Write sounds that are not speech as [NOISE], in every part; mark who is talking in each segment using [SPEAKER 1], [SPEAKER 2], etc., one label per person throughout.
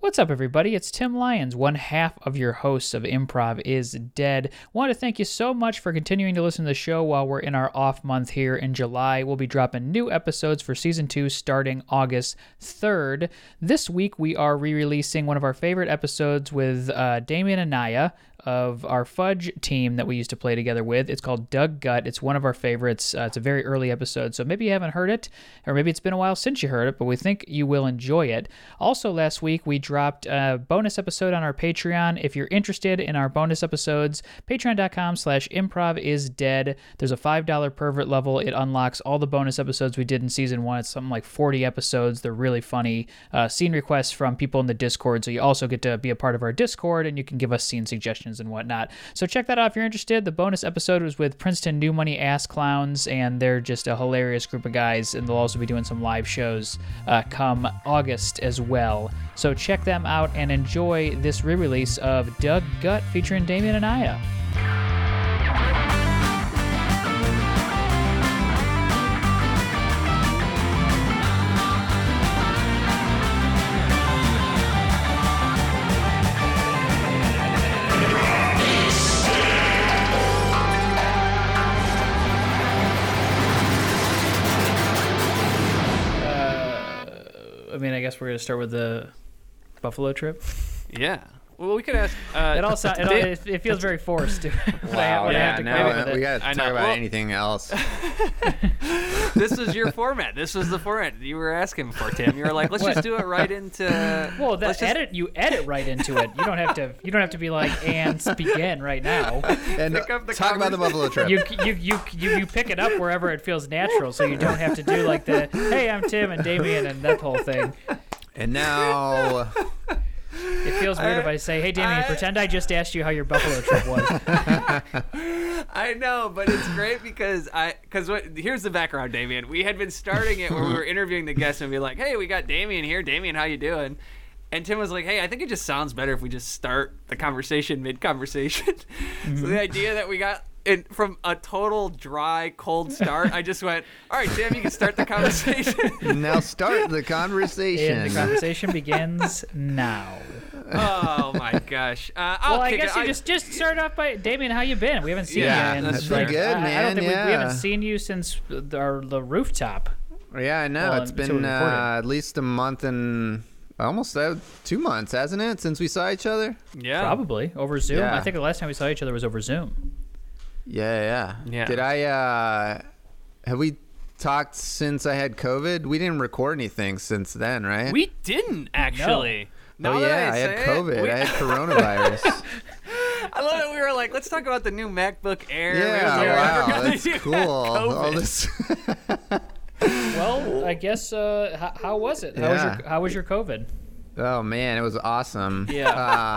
[SPEAKER 1] What's up, everybody? It's Tim Lyons, one half of your hosts of Improv is Dead. Want to thank you so much for continuing to listen to the show while we're in our off month here in July. We'll be dropping new episodes for season two starting August 3rd. This week, we are re releasing one of our favorite episodes with uh, Damien and Naya of our fudge team that we used to play together with. It's called Doug Gut. It's one of our favorites. Uh, it's a very early episode, so maybe you haven't heard it, or maybe it's been a while since you heard it, but we think you will enjoy it. Also, last week we dropped a bonus episode on our Patreon. If you're interested in our bonus episodes, patreon.com slash improv is dead. There's a $5 pervert level. It unlocks all the bonus episodes we did in season one. It's something like 40 episodes. They're really funny. Uh, scene requests from people in the Discord, so you also get to be a part of our Discord and you can give us scene suggestions and whatnot. So check that out if you're interested. The bonus episode was with Princeton New Money Ass Clowns, and they're just a hilarious group of guys. And they'll also be doing some live shows uh, come August as well. So check them out and enjoy this re-release of Doug Gut featuring Damien and Aya. I mean, I guess we're gonna start with the Buffalo trip.
[SPEAKER 2] Yeah. Well, we could ask. Uh,
[SPEAKER 1] It all sounds. It, [LAUGHS] all- it, it feels very forced. [LAUGHS] wow.
[SPEAKER 2] Wow, yeah, no,
[SPEAKER 1] come up
[SPEAKER 2] uh,
[SPEAKER 1] with it.
[SPEAKER 3] we got to
[SPEAKER 2] I
[SPEAKER 3] talk
[SPEAKER 2] know.
[SPEAKER 3] about
[SPEAKER 2] Well- [LAUGHS]
[SPEAKER 3] anything else.
[SPEAKER 2] this was your format. This was the format you were asking for, Tim. You were like, let's just do it right into.
[SPEAKER 1] [LAUGHS] Well, that
[SPEAKER 2] let's just-
[SPEAKER 1] edit you edit right into it. You don't have to. You don't have to be like and begin right now.
[SPEAKER 3] And
[SPEAKER 2] Pick up the
[SPEAKER 3] talk about the Buffalo trip.
[SPEAKER 1] You you, you you you pick it up wherever it feels natural, so you don't have to do like the hey I'm Tim and Damien and that whole thing.
[SPEAKER 3] [LAUGHS]
[SPEAKER 1] [LAUGHS]
[SPEAKER 3] and now,
[SPEAKER 1] It feels weird if I say hey Damien,
[SPEAKER 2] I-
[SPEAKER 1] pretend I just asked you how your Buffalo trip
[SPEAKER 2] [LAUGHS]
[SPEAKER 1] was.
[SPEAKER 2] I know, but it's great because I because what here's the background, Damien. We had been starting it where we were interviewing the guests and be like, hey, we got Damien here. Damien, how you doing? And Tim was like, hey, I think it just sounds better if we just start the conversation mid conversation. [LAUGHS] so
[SPEAKER 1] Mm-hmm.
[SPEAKER 2] the idea that we got. And from a total dry, cold start, I just went, "All right, Tim, you can start the conversation."
[SPEAKER 3] now start the conversation.
[SPEAKER 1] And the conversation begins now.
[SPEAKER 2] oh my gosh! Uh, I'll
[SPEAKER 1] Well, I
[SPEAKER 2] kick
[SPEAKER 1] guess
[SPEAKER 2] it.
[SPEAKER 1] you just just start off by Damien. How you been? We haven't seen
[SPEAKER 2] Yeah,
[SPEAKER 1] you. in,
[SPEAKER 2] that's
[SPEAKER 1] like,
[SPEAKER 2] been
[SPEAKER 3] good,
[SPEAKER 1] I- I don't
[SPEAKER 3] man,
[SPEAKER 1] think we, we
[SPEAKER 3] yeah.
[SPEAKER 1] haven't seen you since the- our the rooftop.
[SPEAKER 3] yeah, I know
[SPEAKER 1] Well,
[SPEAKER 3] it's
[SPEAKER 1] until we
[SPEAKER 3] been
[SPEAKER 1] record
[SPEAKER 3] uh,
[SPEAKER 1] it.
[SPEAKER 3] at least a month and almost uh, two months, hasn't it, since we saw each other?
[SPEAKER 2] yeah.
[SPEAKER 1] Probably over Zoom.
[SPEAKER 3] Yeah.
[SPEAKER 1] I think the last time we saw each other was over Zoom.
[SPEAKER 3] Yeah, yeah.
[SPEAKER 2] Yeah.
[SPEAKER 3] Did I? uh Have we talked since I had COVID? We didn't record anything since then, right?
[SPEAKER 2] We didn't actually. No.
[SPEAKER 3] oh yeah, I, had COVID.
[SPEAKER 2] [LAUGHS]
[SPEAKER 3] I had coronavirus.
[SPEAKER 2] I love it. We were like, let's talk about the new MacBook Air. We
[SPEAKER 3] yeah,
[SPEAKER 2] were like, [LAUGHS] I
[SPEAKER 3] wow,
[SPEAKER 2] forgot
[SPEAKER 3] that's
[SPEAKER 2] you had
[SPEAKER 3] cool. All
[SPEAKER 2] COVID.
[SPEAKER 3] this.
[SPEAKER 1] Well, I guess. Uh, how, how was it? How was your
[SPEAKER 3] Oh. Yeah.
[SPEAKER 1] How was your COVID?
[SPEAKER 3] Oh man, it was awesome.
[SPEAKER 2] Yeah.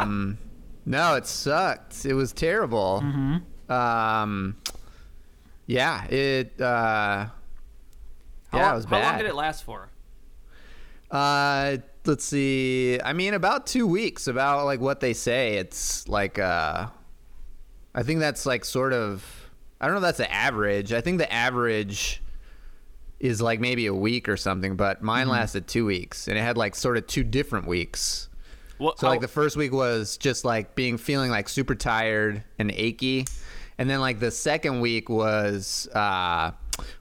[SPEAKER 3] Um, no, it sucked. It was terrible.
[SPEAKER 2] Mm-hmm.
[SPEAKER 3] Um, yeah. It. Uh,
[SPEAKER 2] How
[SPEAKER 3] yeah,
[SPEAKER 2] long-
[SPEAKER 3] it was
[SPEAKER 2] How
[SPEAKER 3] bad.
[SPEAKER 2] long did it last for?
[SPEAKER 3] Uh, let's see. I mean, about two weeks. About like what they say. It's like. Uh, I think that's like sort of. I don't know. if That's the average. I think the average is like maybe a week or something. But mine
[SPEAKER 2] Mm-hmm.
[SPEAKER 3] lasted two weeks, and it had like sort of two different weeks.
[SPEAKER 2] What,
[SPEAKER 3] So like the first week was just like being feeling like super tired and achy, and then like the second week was uh,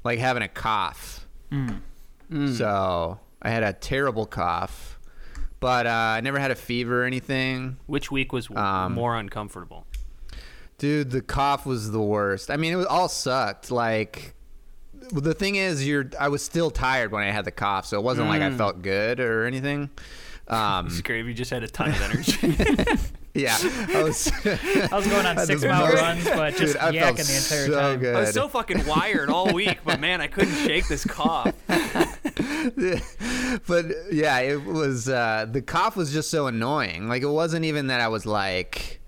[SPEAKER 3] like having a cough. Mm. So I had a terrible cough, but uh, I never had a fever or anything.
[SPEAKER 2] which week was w-
[SPEAKER 3] Um,
[SPEAKER 2] more uncomfortable?
[SPEAKER 3] Dude, the cough was the worst. I mean, it was all sucked. Like the thing is, you're I was still tired when I had the cough, so it wasn't like I felt good or anything.
[SPEAKER 2] [LAUGHS]
[SPEAKER 3] Um,
[SPEAKER 2] It's great. You just had a ton
[SPEAKER 3] [LAUGHS]
[SPEAKER 2] of energy.
[SPEAKER 3] yeah, I was.
[SPEAKER 1] I was
[SPEAKER 3] [LAUGHS]
[SPEAKER 1] going on
[SPEAKER 3] At
[SPEAKER 1] six
[SPEAKER 3] the
[SPEAKER 1] mile
[SPEAKER 3] most-
[SPEAKER 1] runs, but just
[SPEAKER 3] Dude, I
[SPEAKER 1] yakking
[SPEAKER 3] felt
[SPEAKER 1] the entire
[SPEAKER 3] so
[SPEAKER 1] time.
[SPEAKER 3] Good.
[SPEAKER 2] I was so fucking wired all week, but man, I couldn't shake this cough.
[SPEAKER 3] [LAUGHS] but yeah, it was uh, the cough was just so annoying. Like it wasn't even that I was like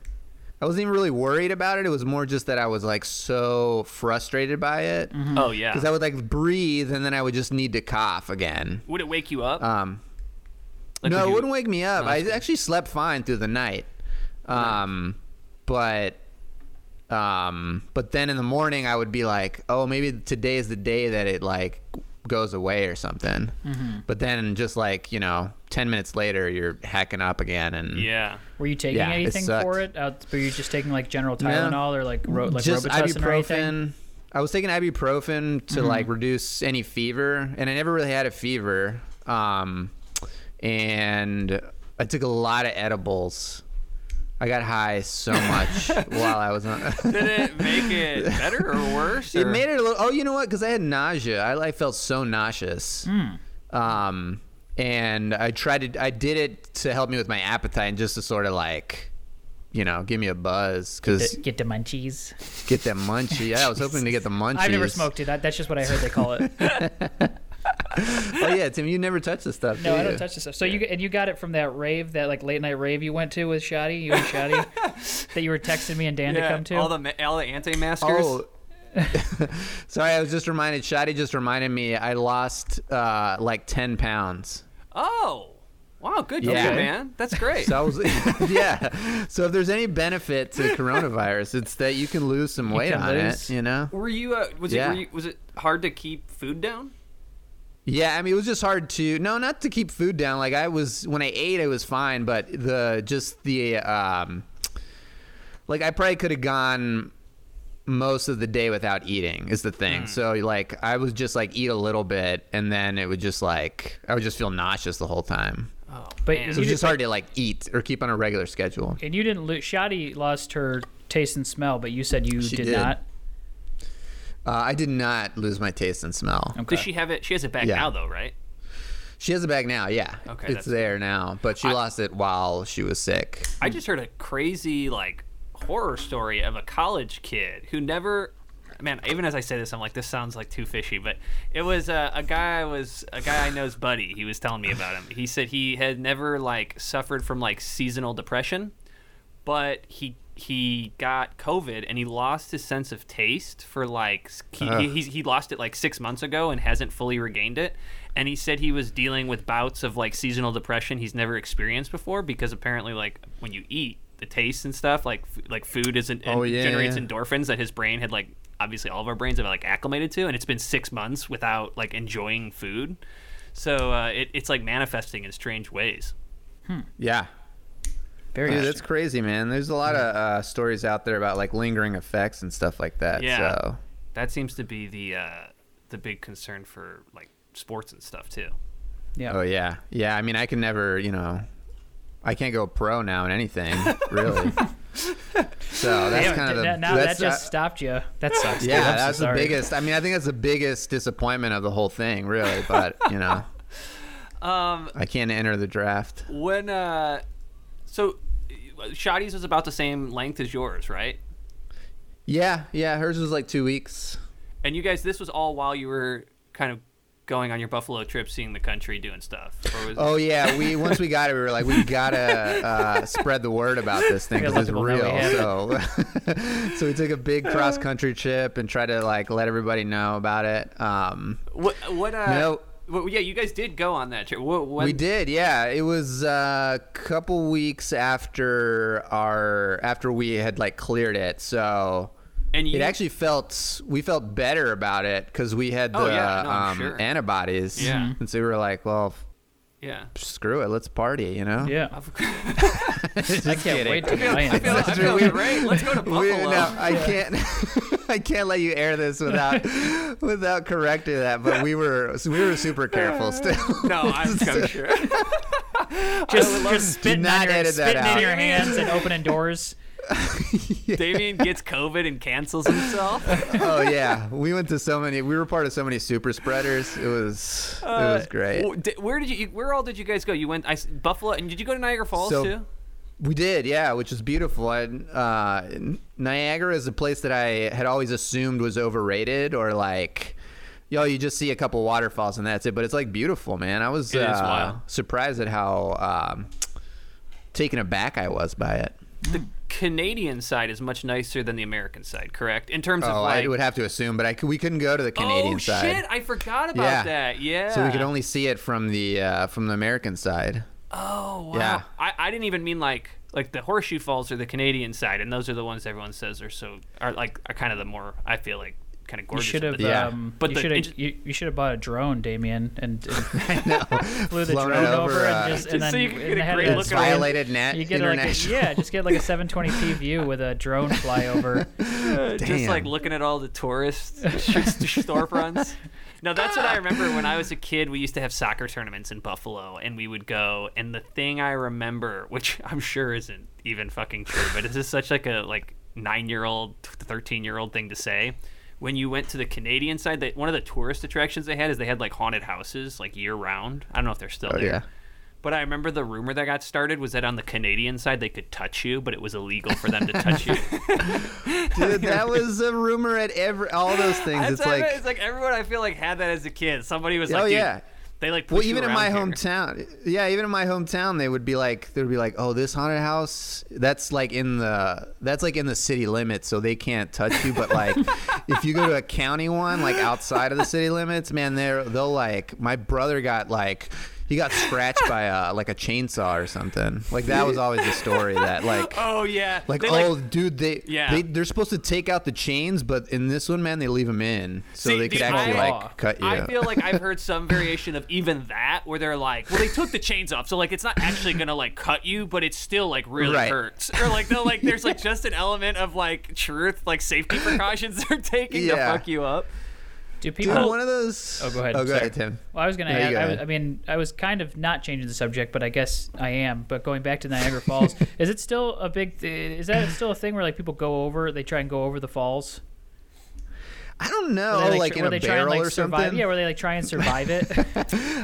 [SPEAKER 3] I wasn't even really worried about it. It was more just that I was like so frustrated by it
[SPEAKER 2] [LAUGHS]
[SPEAKER 3] because
[SPEAKER 2] Oh yeah.
[SPEAKER 3] I would like breathe and then I would just need to cough again.
[SPEAKER 2] would it wake you up?
[SPEAKER 3] Um,
[SPEAKER 2] Like,
[SPEAKER 3] no,
[SPEAKER 2] would
[SPEAKER 3] it
[SPEAKER 2] you-
[SPEAKER 3] wouldn't wake me up.
[SPEAKER 2] No,
[SPEAKER 3] I
[SPEAKER 2] that's good.
[SPEAKER 3] actually slept fine through the night. Um, but um, but then in the morning I would be like, oh, maybe today is the day that it like goes away or something.
[SPEAKER 2] Mm-hmm.
[SPEAKER 3] But then just like, you know, 10 minutes later, you're hacking up again. And
[SPEAKER 2] Yeah.
[SPEAKER 1] Were you taking
[SPEAKER 3] Yeah, it
[SPEAKER 1] anything
[SPEAKER 3] sucked.
[SPEAKER 1] for it? Uh, were you just taking like general Tylenol or like ro- like
[SPEAKER 3] just
[SPEAKER 1] Robitussin or anything? Mm-hmm.
[SPEAKER 3] ibuprofen. I was taking ibuprofen to like reduce any fever, and I never really had a fever. Um, and I took a lot of edibles. I got high so
[SPEAKER 1] [LAUGHS]
[SPEAKER 3] much while I was on. [LAUGHS]
[SPEAKER 2] Did it make it better or worse?
[SPEAKER 3] It
[SPEAKER 2] or-
[SPEAKER 3] made it a little. Oh, you know what? Because I had nausea. I, I felt so nauseous.
[SPEAKER 1] Mm.
[SPEAKER 3] Um, and I tried to. I did it to help me with my appetite and just to sort of like, you know, give me a buzz. Because
[SPEAKER 1] Get the munchies.
[SPEAKER 3] get that munchie. Yeah, I was hoping to get the
[SPEAKER 1] [LAUGHS]
[SPEAKER 3] munchies.
[SPEAKER 1] I've never smoked it. That, that's just what I heard they call
[SPEAKER 3] [LAUGHS]
[SPEAKER 1] it.
[SPEAKER 3] Oh yeah, Tim, you never touch this stuff.
[SPEAKER 1] No,
[SPEAKER 3] do
[SPEAKER 1] I
[SPEAKER 3] you?
[SPEAKER 1] don't touch this stuff. So you and you got it from that rave, that like late night rave you went to with Shotty, you and
[SPEAKER 3] [LAUGHS]
[SPEAKER 1] Shotty, that you were texting me and Dan
[SPEAKER 2] Yeah,
[SPEAKER 1] to come to.
[SPEAKER 2] all the ma- all the anti-masters.
[SPEAKER 3] Oh. [LAUGHS] Sorry, I was just reminded. Shadi just reminded me. I lost uh, like ten pounds.
[SPEAKER 2] Oh, wow, good
[SPEAKER 3] Yeah.
[SPEAKER 2] for you, man. That's great.
[SPEAKER 3] So I was,
[SPEAKER 1] [LAUGHS]
[SPEAKER 3] [LAUGHS] yeah. So if there's any benefit to coronavirus, it's that you can lose some weight
[SPEAKER 1] can
[SPEAKER 3] on
[SPEAKER 1] lose.
[SPEAKER 3] it. You know.
[SPEAKER 2] were you? Uh, was it?
[SPEAKER 3] Yeah.
[SPEAKER 2] Were you, was it hard to keep food down?
[SPEAKER 3] Yeah, I mean, it was just hard to no, not to keep food down. Like I was when I ate, I was fine, but the just the um, like I probably could have gone most of the day without eating is the
[SPEAKER 1] Hmm.
[SPEAKER 3] thing. So like I was just like eat a little bit, and then it would just like I would just feel nauseous the whole time.
[SPEAKER 2] Oh,
[SPEAKER 1] But
[SPEAKER 2] man.
[SPEAKER 1] you
[SPEAKER 3] So it's
[SPEAKER 1] did-
[SPEAKER 3] just hard to like eat or keep on a regular schedule.
[SPEAKER 1] and you didn't lose. Shotty lost her taste and smell, but you said you
[SPEAKER 3] She
[SPEAKER 1] did,
[SPEAKER 3] did.
[SPEAKER 1] not.
[SPEAKER 3] Uh, I did not lose my taste and smell.
[SPEAKER 1] Okay.
[SPEAKER 2] does she have it? She has it back
[SPEAKER 3] Yeah.
[SPEAKER 2] now, though, right?
[SPEAKER 3] She has it back now. Yeah,
[SPEAKER 2] Okay,
[SPEAKER 3] it's
[SPEAKER 2] that's-
[SPEAKER 3] there now, but she lost it while she was sick.
[SPEAKER 2] I just heard a crazy like horror story of a college kid who never. Man, even as I say this, I'm like, this sounds like too fishy. But it was uh, a guy was a guy I know's buddy. He was telling me about him. He said he had never like suffered from like seasonal depression, but he he got COVID and he lost his sense of taste for like s- he, he, he's- he lost it like six months ago and hasn't fully regained it. And he said he was dealing with bouts of like seasonal depression he's never experienced before because apparently like when you eat the taste and stuff like f- like food isn't
[SPEAKER 3] Oh, yeah,
[SPEAKER 2] generates
[SPEAKER 3] yeah.
[SPEAKER 2] endorphins that his brain had like obviously all of our brains have like acclimated to and it's been six months without like enjoying food. So uh, it, it's like manifesting in strange ways.
[SPEAKER 3] Yeah,
[SPEAKER 1] Very.
[SPEAKER 3] Dude,
[SPEAKER 1] interesting.
[SPEAKER 3] that's crazy, man. There's a lot of uh, stories out there about like lingering effects and stuff like that.
[SPEAKER 2] Yeah.
[SPEAKER 3] So
[SPEAKER 2] That seems to be the uh, the big concern for like sports and stuff too.
[SPEAKER 1] yeah.
[SPEAKER 3] Oh yeah, yeah. I mean, I can never, you know, I can't go pro now in
[SPEAKER 1] [LAUGHS]
[SPEAKER 3] anything, really. so that's
[SPEAKER 1] Damn it,
[SPEAKER 3] kind of the
[SPEAKER 1] that, now
[SPEAKER 3] that's,
[SPEAKER 1] that just
[SPEAKER 3] uh,
[SPEAKER 1] stopped you. That sucks. dude.
[SPEAKER 3] yeah,
[SPEAKER 1] I'm so
[SPEAKER 3] that's the
[SPEAKER 1] sorry.
[SPEAKER 3] biggest. I mean, I think that's the biggest disappointment of the whole thing, really. But
[SPEAKER 1] [LAUGHS]
[SPEAKER 3] you know,
[SPEAKER 2] Um,
[SPEAKER 3] I can't enter the draft.
[SPEAKER 2] when uh, so uh, Shotty's was about the same length as yours, right?
[SPEAKER 3] Yeah, yeah. Hers was like two weeks.
[SPEAKER 2] And you guys, this was all while you were kind of going on your Buffalo trip, seeing the country, doing stuff. Or was
[SPEAKER 3] Oh yeah, we once we got it, we were like, we gotta uh, spread the word about this thing
[SPEAKER 1] Yeah,
[SPEAKER 3] because
[SPEAKER 1] let
[SPEAKER 3] it's
[SPEAKER 1] people know we
[SPEAKER 3] real.
[SPEAKER 1] have it.
[SPEAKER 3] So, so [LAUGHS] we took a big cross country trip and tried to like let everybody know about it. Um,
[SPEAKER 2] what? What? Uh,
[SPEAKER 3] No.
[SPEAKER 2] what- yeah, you guys did go on that trip. What, when,
[SPEAKER 3] we did, yeah. It was uh, a couple weeks after our after we had like cleared it, so.
[SPEAKER 2] And you
[SPEAKER 3] It actually felt we felt better about it because we had the
[SPEAKER 2] Oh, yeah, no, I'm
[SPEAKER 3] um,
[SPEAKER 2] sure.
[SPEAKER 3] antibodies,
[SPEAKER 2] Yeah.
[SPEAKER 3] and so we were like, "Well,
[SPEAKER 2] Yeah.
[SPEAKER 3] screw it, let's party," you know?
[SPEAKER 1] Yeah.
[SPEAKER 3] [LAUGHS]
[SPEAKER 2] [LAUGHS]
[SPEAKER 3] Just
[SPEAKER 1] I can't
[SPEAKER 3] kidding.
[SPEAKER 1] wait to
[SPEAKER 2] I feel, [LAUGHS] I
[SPEAKER 1] land.
[SPEAKER 2] feel, I
[SPEAKER 3] That's
[SPEAKER 2] feel
[SPEAKER 3] really-
[SPEAKER 2] great. Let's go to Buffalo.
[SPEAKER 3] We- [LAUGHS] no, I can't. [LAUGHS] I can't let you air this without without correcting that. But we were we were super careful still.
[SPEAKER 2] [LAUGHS] No, I'm so sure. [LAUGHS]
[SPEAKER 1] Just, just spitting,
[SPEAKER 3] not
[SPEAKER 1] on your,
[SPEAKER 3] edit that
[SPEAKER 1] spitting in
[SPEAKER 3] out.
[SPEAKER 1] your hands and opening
[SPEAKER 3] [LAUGHS]
[SPEAKER 1] doors.
[SPEAKER 2] Damien gets COVID and cancels himself.
[SPEAKER 3] [LAUGHS] oh yeah, we went to so many. We were part of so many super spreaders. It was it
[SPEAKER 2] Uh,
[SPEAKER 3] was great.
[SPEAKER 2] Wh- di- Where did you? Where all did you guys go? You went I s Buffalo, and did you go to Niagara Falls
[SPEAKER 3] So- hmm.
[SPEAKER 2] too?
[SPEAKER 3] We did, yeah, which is beautiful. I, uh, N- Niagara is a place that I had always assumed was overrated or like. Yo, you just see a couple waterfalls and that's it, but it's like beautiful, man. I was
[SPEAKER 2] It
[SPEAKER 3] uh,
[SPEAKER 2] is wild.
[SPEAKER 3] surprised at how um, taken aback I was by it.
[SPEAKER 2] The Canadian side is much nicer than the American side, correct? In terms of
[SPEAKER 3] Oh,
[SPEAKER 2] like,
[SPEAKER 3] I would have to assume, but I c we couldn't go to the Canadian
[SPEAKER 2] oh
[SPEAKER 3] side,
[SPEAKER 2] shit, I forgot about
[SPEAKER 3] Yeah.
[SPEAKER 2] that. Yeah.
[SPEAKER 3] so we could only see it from the uh, from the American side.
[SPEAKER 2] Oh wow.
[SPEAKER 3] Yeah.
[SPEAKER 2] I, I didn't even mean like like the Horseshoe Falls are the Canadian side, and those are the ones everyone says are so are like are kind of the more I feel like kind of
[SPEAKER 1] You
[SPEAKER 2] gorgeous.
[SPEAKER 1] should have.
[SPEAKER 2] but-
[SPEAKER 3] Yeah.
[SPEAKER 1] Um,
[SPEAKER 2] But
[SPEAKER 1] you
[SPEAKER 2] the-
[SPEAKER 1] should
[SPEAKER 2] it-
[SPEAKER 1] have. You, you should have bought a drone, Damien, and, and [LAUGHS]
[SPEAKER 3] [LAUGHS]
[SPEAKER 1] flew the
[SPEAKER 3] Flown
[SPEAKER 1] drone
[SPEAKER 3] it over,
[SPEAKER 1] over,
[SPEAKER 3] uh,
[SPEAKER 1] and just and then
[SPEAKER 2] Just so you could get
[SPEAKER 1] and
[SPEAKER 2] a
[SPEAKER 1] had
[SPEAKER 2] great
[SPEAKER 1] it-
[SPEAKER 2] look at all-
[SPEAKER 3] violated net
[SPEAKER 1] You get like a,
[SPEAKER 3] international.
[SPEAKER 1] yeah, just get like a 720p view with a drone
[SPEAKER 3] [LAUGHS]
[SPEAKER 1] flyover.
[SPEAKER 2] Uh, just like
[SPEAKER 3] Damn.
[SPEAKER 2] looking at all the
[SPEAKER 3] [LAUGHS]
[SPEAKER 2] tourist sh- storefronts. No, that's what I remember when I was a kid. We used to have soccer tournaments in Buffalo, and we would go. And the thing I remember, which I'm sure isn't even fucking true, but it's just such like a like nine year old, thirteen year old thing to say. When you went to the Canadian side, that one of the tourist attractions they had is they had like haunted houses like year round. I don't know if they're still
[SPEAKER 3] Oh,
[SPEAKER 2] there. [LAUGHS]
[SPEAKER 3] yeah.
[SPEAKER 2] But I remember the rumor that got started was that on the Canadian side they could touch you, but it was illegal for them to touch you.
[SPEAKER 3] Dude, that was a rumor at every all those things.
[SPEAKER 2] That's
[SPEAKER 3] It's
[SPEAKER 2] how I-
[SPEAKER 3] like,
[SPEAKER 2] it's like everyone I feel like had that as a kid. Somebody was
[SPEAKER 3] Oh,
[SPEAKER 2] like, dude,
[SPEAKER 3] yeah.
[SPEAKER 2] they like push
[SPEAKER 3] well,
[SPEAKER 2] you
[SPEAKER 3] even in
[SPEAKER 2] around
[SPEAKER 3] my
[SPEAKER 2] here.
[SPEAKER 3] hometown, yeah, even in my hometown, they would be like, they would be like, oh, this haunted house, that's like in the, that's like in the city limits, so they can't touch you.
[SPEAKER 2] [LAUGHS]
[SPEAKER 3] But like, if you go to a county one, like outside of the city limits, man, they're they'll like, my brother got like. He got scratched by a like a chainsaw or something. Like that was always the story that like
[SPEAKER 2] [LAUGHS] Oh yeah,
[SPEAKER 3] Like,
[SPEAKER 2] They,
[SPEAKER 3] oh, dude, they,
[SPEAKER 2] Yeah.
[SPEAKER 3] they they're supposed to take out the chains, but in this one, man, they leave them in, so
[SPEAKER 2] See,
[SPEAKER 3] they could
[SPEAKER 2] dude,
[SPEAKER 3] actually
[SPEAKER 2] I-
[SPEAKER 3] like cut you.
[SPEAKER 2] I feel like I've
[SPEAKER 3] [LAUGHS]
[SPEAKER 2] heard some variation of even that, where they're like, "Well, they took the chains off, so like it's not actually gonna like cut you, but it still like really
[SPEAKER 3] Right.
[SPEAKER 2] hurts." Or like they'll like there's
[SPEAKER 3] [LAUGHS]
[SPEAKER 2] like just an element of like truth, like safety precautions [LAUGHS] they're taking
[SPEAKER 3] Yeah.
[SPEAKER 2] to fuck you up.
[SPEAKER 1] Do people?
[SPEAKER 3] dude, one of those.
[SPEAKER 1] Oh, go ahead.
[SPEAKER 3] Oh, go
[SPEAKER 1] Sorry.
[SPEAKER 3] ahead, Tim.
[SPEAKER 1] Well, I was gonna.
[SPEAKER 3] No, you
[SPEAKER 1] Add,
[SPEAKER 3] go
[SPEAKER 1] I, was,
[SPEAKER 3] ahead.
[SPEAKER 1] I mean, I was kind of not changing the subject, but I guess I am. But going back to Niagara
[SPEAKER 3] [LAUGHS]
[SPEAKER 1] Falls, is it still a big? Th- is that still a thing where like people go over? They try and go over the falls.
[SPEAKER 3] I don't know,
[SPEAKER 1] Where they,
[SPEAKER 3] Oh, like,
[SPEAKER 1] tr-
[SPEAKER 3] in
[SPEAKER 1] where
[SPEAKER 3] a
[SPEAKER 1] they try
[SPEAKER 3] barrel
[SPEAKER 1] and, like,
[SPEAKER 3] or
[SPEAKER 1] survive.
[SPEAKER 3] something.
[SPEAKER 1] Yeah, where they like try and survive it.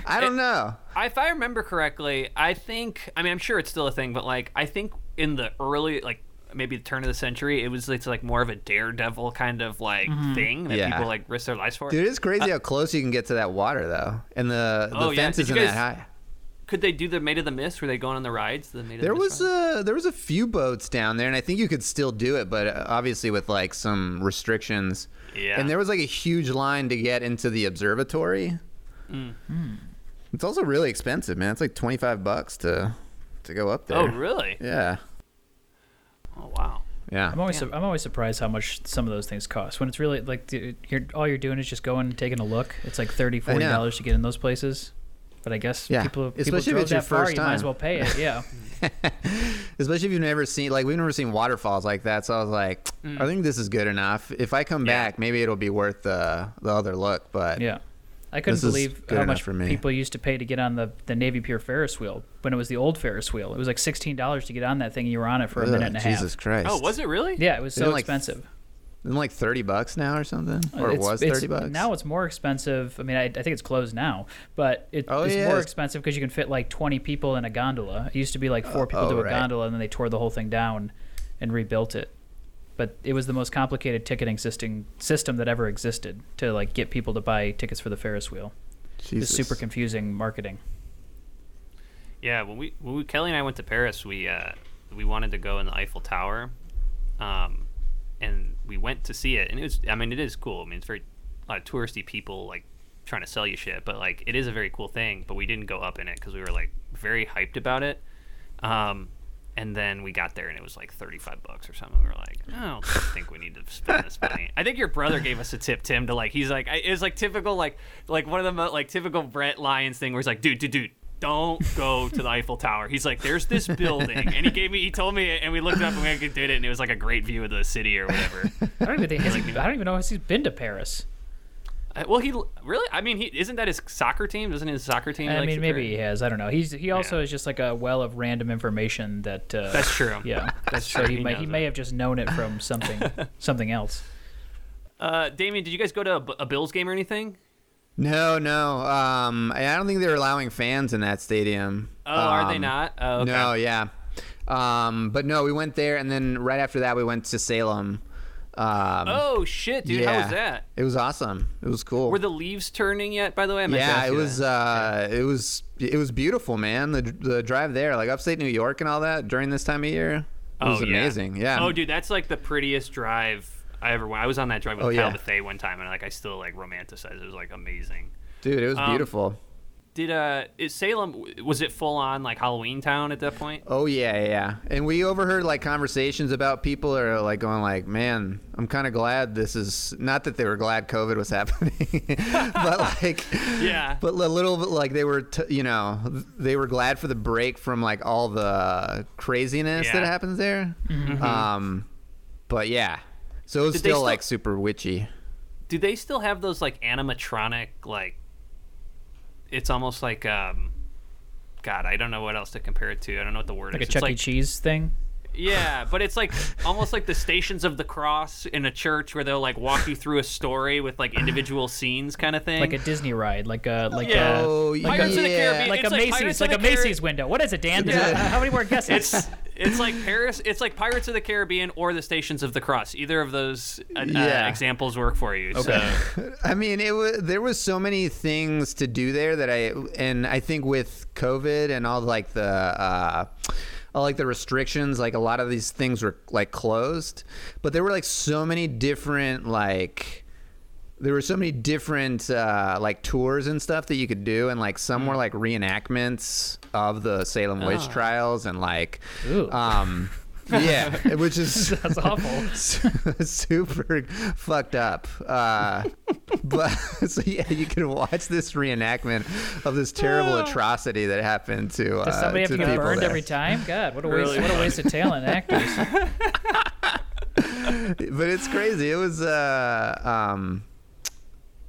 [SPEAKER 3] [LAUGHS] I don't know.
[SPEAKER 2] I- if I remember correctly, I think I mean I'm sure it's still a thing, but like I think in the early like maybe the turn of the century, it was it's like more of a daredevil kind of like thing that
[SPEAKER 3] Yeah.
[SPEAKER 2] people like risk their lives for.
[SPEAKER 3] Mm-hmm. Dude, it's crazy how close you can get to that water though, and the the
[SPEAKER 2] Oh, yeah.
[SPEAKER 3] fence
[SPEAKER 2] Did you
[SPEAKER 3] isn't
[SPEAKER 2] guys-
[SPEAKER 3] that high.
[SPEAKER 2] Could they do the Maid of the Mist? Were they going on the rides? The Maid of
[SPEAKER 3] There
[SPEAKER 2] the Mist
[SPEAKER 3] was a there was a few boats down there, and I think you could still do it, but uh, obviously with like some restrictions.
[SPEAKER 2] Yeah.
[SPEAKER 3] And there was like a huge line to get into the observatory.
[SPEAKER 1] Mm.
[SPEAKER 3] Hmm. It's also really expensive, man. It's like twenty five bucks to to go up there.
[SPEAKER 2] ride? Oh really?
[SPEAKER 3] Yeah.
[SPEAKER 2] Oh wow.
[SPEAKER 3] Yeah.
[SPEAKER 1] I'm always, su- I'm always surprised how much some of those things cost. When it's really like dude, you're all you're doing is just going and taking a look. It's like 30
[SPEAKER 3] I know.
[SPEAKER 1] 40 dollars to get in those places. But I guess
[SPEAKER 3] Yeah.
[SPEAKER 1] people, people
[SPEAKER 3] Especially if
[SPEAKER 1] drove
[SPEAKER 3] it's your
[SPEAKER 1] that far,
[SPEAKER 3] first
[SPEAKER 1] you might as
[SPEAKER 3] time.
[SPEAKER 1] well pay it.
[SPEAKER 3] [LAUGHS]
[SPEAKER 1] Yeah.
[SPEAKER 3] Especially if you've never seen like we've never seen waterfalls like that, so I was like,
[SPEAKER 1] Mm.
[SPEAKER 3] I think this is good enough. If I come
[SPEAKER 2] Yeah.
[SPEAKER 3] back, maybe it'll be worth the the other look. But
[SPEAKER 1] Yeah. I couldn't
[SPEAKER 3] This is
[SPEAKER 1] believe
[SPEAKER 3] good
[SPEAKER 1] how
[SPEAKER 3] enough
[SPEAKER 1] much
[SPEAKER 3] for me.
[SPEAKER 1] people used to pay to get on the, the Navy Pier Ferris wheel when it was the old Ferris wheel. It was like $16 to get on that thing and you were on it for a
[SPEAKER 3] Ugh,
[SPEAKER 1] minute and a half.
[SPEAKER 3] Jesus Christ.
[SPEAKER 2] Oh, was it really?
[SPEAKER 1] Yeah, it was
[SPEAKER 3] They
[SPEAKER 1] so
[SPEAKER 3] don't, like,
[SPEAKER 1] expensive.
[SPEAKER 3] Isn't it like thirty bucks now or something? Or it
[SPEAKER 1] Uh, It's-
[SPEAKER 3] was
[SPEAKER 1] it's-
[SPEAKER 3] thirty bucks?
[SPEAKER 1] Now it's more expensive. I mean, I, I think it's closed now, but it,
[SPEAKER 3] Oh,
[SPEAKER 1] it's
[SPEAKER 3] yeah,
[SPEAKER 1] more
[SPEAKER 3] it's-
[SPEAKER 1] expensive because you can fit like 20 people in a gondola. It used to be like four people
[SPEAKER 3] oh,
[SPEAKER 1] to a
[SPEAKER 3] right.
[SPEAKER 1] gondola, and then they tore the whole thing down and rebuilt it. But it was the most complicated ticketing system system that ever existed to like get people to buy tickets for the Ferris wheel. It was
[SPEAKER 3] Jesus.
[SPEAKER 1] super confusing marketing.
[SPEAKER 2] Yeah, when we, when we Kelly and I went to Paris, we uh, we wanted to go in the Eiffel Tower, um, and we went to see it, and it was I mean it is cool. I mean it's very a lot of touristy people like trying to sell you shit, but like it is a very cool thing. But we didn't go up in it because we were like very hyped about it, um, and then we got there and it was like thirty five bucks or something. We were like, I
[SPEAKER 1] [LAUGHS]
[SPEAKER 2] don't think we need to spend this money. I think your brother gave us a tip, Tim, to like he's like I, it was like typical like like one of the mo- like typical Brett Lyons thing where he's like, dude, dude, dude don't go to the Eiffel Tower. He's like, there's this building, and he gave me, he told me, it, and we looked it up and we did it, and it was like a great view of the city
[SPEAKER 1] [LAUGHS]
[SPEAKER 2] or whatever.
[SPEAKER 1] I don't even think has he, [LAUGHS] I don't even know if he's been to Paris.
[SPEAKER 2] Uh, well, he really, I mean, he isn't that his soccer team? Doesn't his soccer team?
[SPEAKER 1] I
[SPEAKER 2] like,
[SPEAKER 1] mean,
[SPEAKER 2] to-
[SPEAKER 1] maybe he has. I don't know. He's he also is just like a well of random information that. Uh,
[SPEAKER 2] That's true.
[SPEAKER 1] Yeah,
[SPEAKER 2] [LAUGHS] That's
[SPEAKER 1] so
[SPEAKER 2] true.
[SPEAKER 1] He,
[SPEAKER 2] He
[SPEAKER 1] may, he
[SPEAKER 2] knows
[SPEAKER 1] may
[SPEAKER 2] it.
[SPEAKER 1] have just known it from
[SPEAKER 2] [LAUGHS]
[SPEAKER 1] something something else.
[SPEAKER 2] Uh, Damien, did you guys go to a, B- a Bills game or anything?
[SPEAKER 3] No, no. Um, I I don't think they're allowing fans in that stadium.
[SPEAKER 2] Oh, are they
[SPEAKER 3] Um,
[SPEAKER 2] not? Oh, okay.
[SPEAKER 3] No, yeah. Um, but no, we went there, and then right after that, we went to Salem. Um,
[SPEAKER 2] Oh shit, dude, how was that?
[SPEAKER 3] It was awesome. It was cool.
[SPEAKER 2] Were the leaves turning yet? By the way, I meant to
[SPEAKER 3] yeah,
[SPEAKER 2] ask
[SPEAKER 3] it
[SPEAKER 2] you
[SPEAKER 3] was.
[SPEAKER 2] that.
[SPEAKER 3] Uh, It was. It was beautiful, man. The the drive there, like upstate New York and all that, during this time of year, it was
[SPEAKER 2] oh, yeah.
[SPEAKER 3] amazing. Yeah.
[SPEAKER 2] Oh, dude, that's like the prettiest drive I ever went. I was on that drive with
[SPEAKER 3] Oh,
[SPEAKER 2] Kyle
[SPEAKER 3] yeah.
[SPEAKER 2] Bethay one time, and like I still like romanticize. It It was like amazing.
[SPEAKER 3] Dude, it was
[SPEAKER 2] Um,
[SPEAKER 3] beautiful.
[SPEAKER 2] Did uh, is Salem was it full on like Halloween town at that point?
[SPEAKER 3] Oh yeah, yeah. And we overheard like conversations about people are like going like, "Man, I'm kind of glad this is not that they were glad COVID was [LAUGHS] happening, but like,
[SPEAKER 2] [LAUGHS] Yeah.
[SPEAKER 3] But a little bit like they were, t- you know, they were glad for the break from like all the craziness
[SPEAKER 2] Yeah. Mm-hmm.
[SPEAKER 3] that happens there. Um, but yeah, so it was
[SPEAKER 2] Did they
[SPEAKER 3] still
[SPEAKER 2] still-
[SPEAKER 3] like super witchy.
[SPEAKER 2] Do they still have those like animatronic like? It's almost like um, God, I don't know what else to compare it to. I don't know what the word
[SPEAKER 1] like a
[SPEAKER 2] is.
[SPEAKER 1] Chuck E.
[SPEAKER 2] it's like
[SPEAKER 1] Cheese thing.
[SPEAKER 2] yeah, but it's like almost like the Stations of the Cross in a church where they'll like walk you through a story with like individual scenes kind of thing.
[SPEAKER 1] like a Disney ride, like a like
[SPEAKER 2] Yeah.
[SPEAKER 1] a
[SPEAKER 3] Oh,
[SPEAKER 1] like
[SPEAKER 2] Pirates
[SPEAKER 1] a,
[SPEAKER 2] of the
[SPEAKER 3] yeah.
[SPEAKER 2] Caribbean.
[SPEAKER 1] like
[SPEAKER 2] it's
[SPEAKER 1] a Macy's,
[SPEAKER 2] Pirates
[SPEAKER 1] like
[SPEAKER 2] of
[SPEAKER 1] a
[SPEAKER 2] the Carib-
[SPEAKER 1] Macy's window. What is it, Dan? There's-
[SPEAKER 2] Yeah.
[SPEAKER 1] How many more guesses?
[SPEAKER 2] [LAUGHS] It's it's like Paris. It's like Pirates of the Caribbean or the Stations of the Cross. Either of those uh,
[SPEAKER 3] Yeah.
[SPEAKER 2] uh, examples work for you. So
[SPEAKER 3] I mean, it was there was so many things to do there that I and I think with COVID and all like the uh, all like the restrictions, like a lot of these things were like closed, but there were like so many different like there were so many different uh, like tours and stuff that you could do, and like some were like reenactments of the Salem witch trials, and like
[SPEAKER 1] Ooh.
[SPEAKER 3] um. Yeah, which is
[SPEAKER 1] [LAUGHS] That's awful.
[SPEAKER 3] [LAUGHS] super fucked up.
[SPEAKER 1] [LAUGHS]
[SPEAKER 3] Uh, but [LAUGHS] so yeah, you can watch this reenactment of this terrible atrocity that happened to. Uh,
[SPEAKER 1] Does somebody have to get
[SPEAKER 3] people
[SPEAKER 1] burned
[SPEAKER 3] there.
[SPEAKER 1] every time? God, what a waste!
[SPEAKER 2] Really
[SPEAKER 1] what a
[SPEAKER 2] funny.
[SPEAKER 1] waste of talent, actors.
[SPEAKER 3] [LAUGHS] But it's crazy. It was. Uh, um,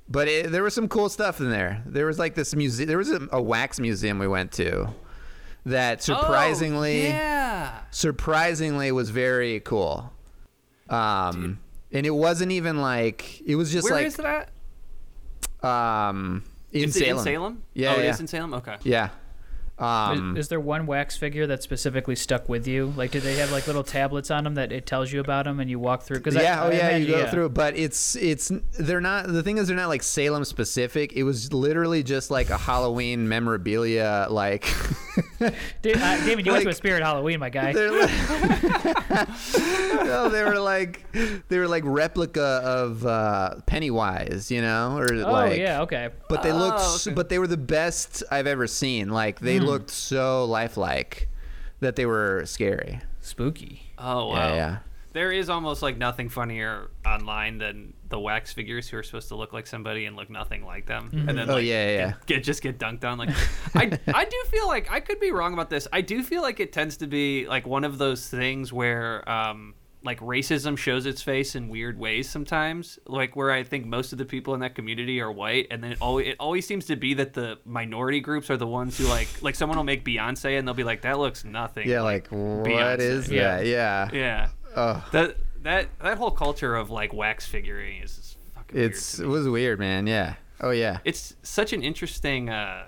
[SPEAKER 3] but it, there was some cool stuff in there. There was like this museum. There was a, a wax museum we went to that surprisingly.
[SPEAKER 2] Oh, yeah.
[SPEAKER 3] surprisingly was very cool. Um, and it wasn't even like it was just
[SPEAKER 2] Where
[SPEAKER 3] like
[SPEAKER 2] is that?
[SPEAKER 3] um in
[SPEAKER 2] Is
[SPEAKER 3] Salem.
[SPEAKER 2] it in Salem?
[SPEAKER 3] Yeah,
[SPEAKER 2] Oh, it
[SPEAKER 3] yeah.
[SPEAKER 2] is in Salem. Okay.
[SPEAKER 3] yeah. Um,
[SPEAKER 1] is, is there one wax figure that specifically stuck with you? Like, do they have like little tablets on them that it tells you about them and you walk through? Because
[SPEAKER 3] yeah,
[SPEAKER 1] I,
[SPEAKER 3] oh
[SPEAKER 1] I
[SPEAKER 3] yeah, you
[SPEAKER 1] imagine-
[SPEAKER 3] go
[SPEAKER 1] yeah.
[SPEAKER 3] through, but it's it's they're not the thing is they're not like Salem specific. It was literally just like a Halloween memorabilia like [LAUGHS]
[SPEAKER 1] Dude, uh, David, you went to a
[SPEAKER 3] Like-
[SPEAKER 1] Spirit Halloween, my guy.
[SPEAKER 3] They're like, [LAUGHS] no, they were like they were like replica of uh, Pennywise, you know, or
[SPEAKER 1] Oh
[SPEAKER 3] like
[SPEAKER 1] yeah, okay.
[SPEAKER 3] But they looked,
[SPEAKER 2] Oh,
[SPEAKER 3] s
[SPEAKER 2] okay. Hmm.
[SPEAKER 3] but they were the best I've ever seen. Like they looked so lifelike that they were scary.
[SPEAKER 1] Spooky.
[SPEAKER 2] Oh wow.
[SPEAKER 3] Yeah, yeah.
[SPEAKER 2] There is almost like nothing funnier online than the wax figures who are supposed to look like somebody and look nothing like them, and then
[SPEAKER 3] Oh,
[SPEAKER 2] like,
[SPEAKER 3] yeah, yeah, yeah.
[SPEAKER 2] Get, get- just get dunked on. Like,
[SPEAKER 3] [LAUGHS]
[SPEAKER 2] I I do feel like I could be wrong about this. I do feel like it tends to be like one of those things where um like racism shows its face in weird ways sometimes. Like where I think most of the people in that community are white, and then it always it always seems to be that the minority groups are the ones who like like someone will make Beyonce and they'll be like that looks nothing.
[SPEAKER 3] Yeah, like what
[SPEAKER 2] Beyonce.
[SPEAKER 3] is
[SPEAKER 1] Yeah.
[SPEAKER 3] that? Yeah, Oh,
[SPEAKER 2] Yeah.
[SPEAKER 3] Ugh.
[SPEAKER 2] That that that whole culture of like wax figuring is just fucking
[SPEAKER 3] it's
[SPEAKER 2] weird.
[SPEAKER 3] it
[SPEAKER 2] to me.
[SPEAKER 3] was weird, man. Yeah. Oh yeah.
[SPEAKER 2] It's such an interesting uh,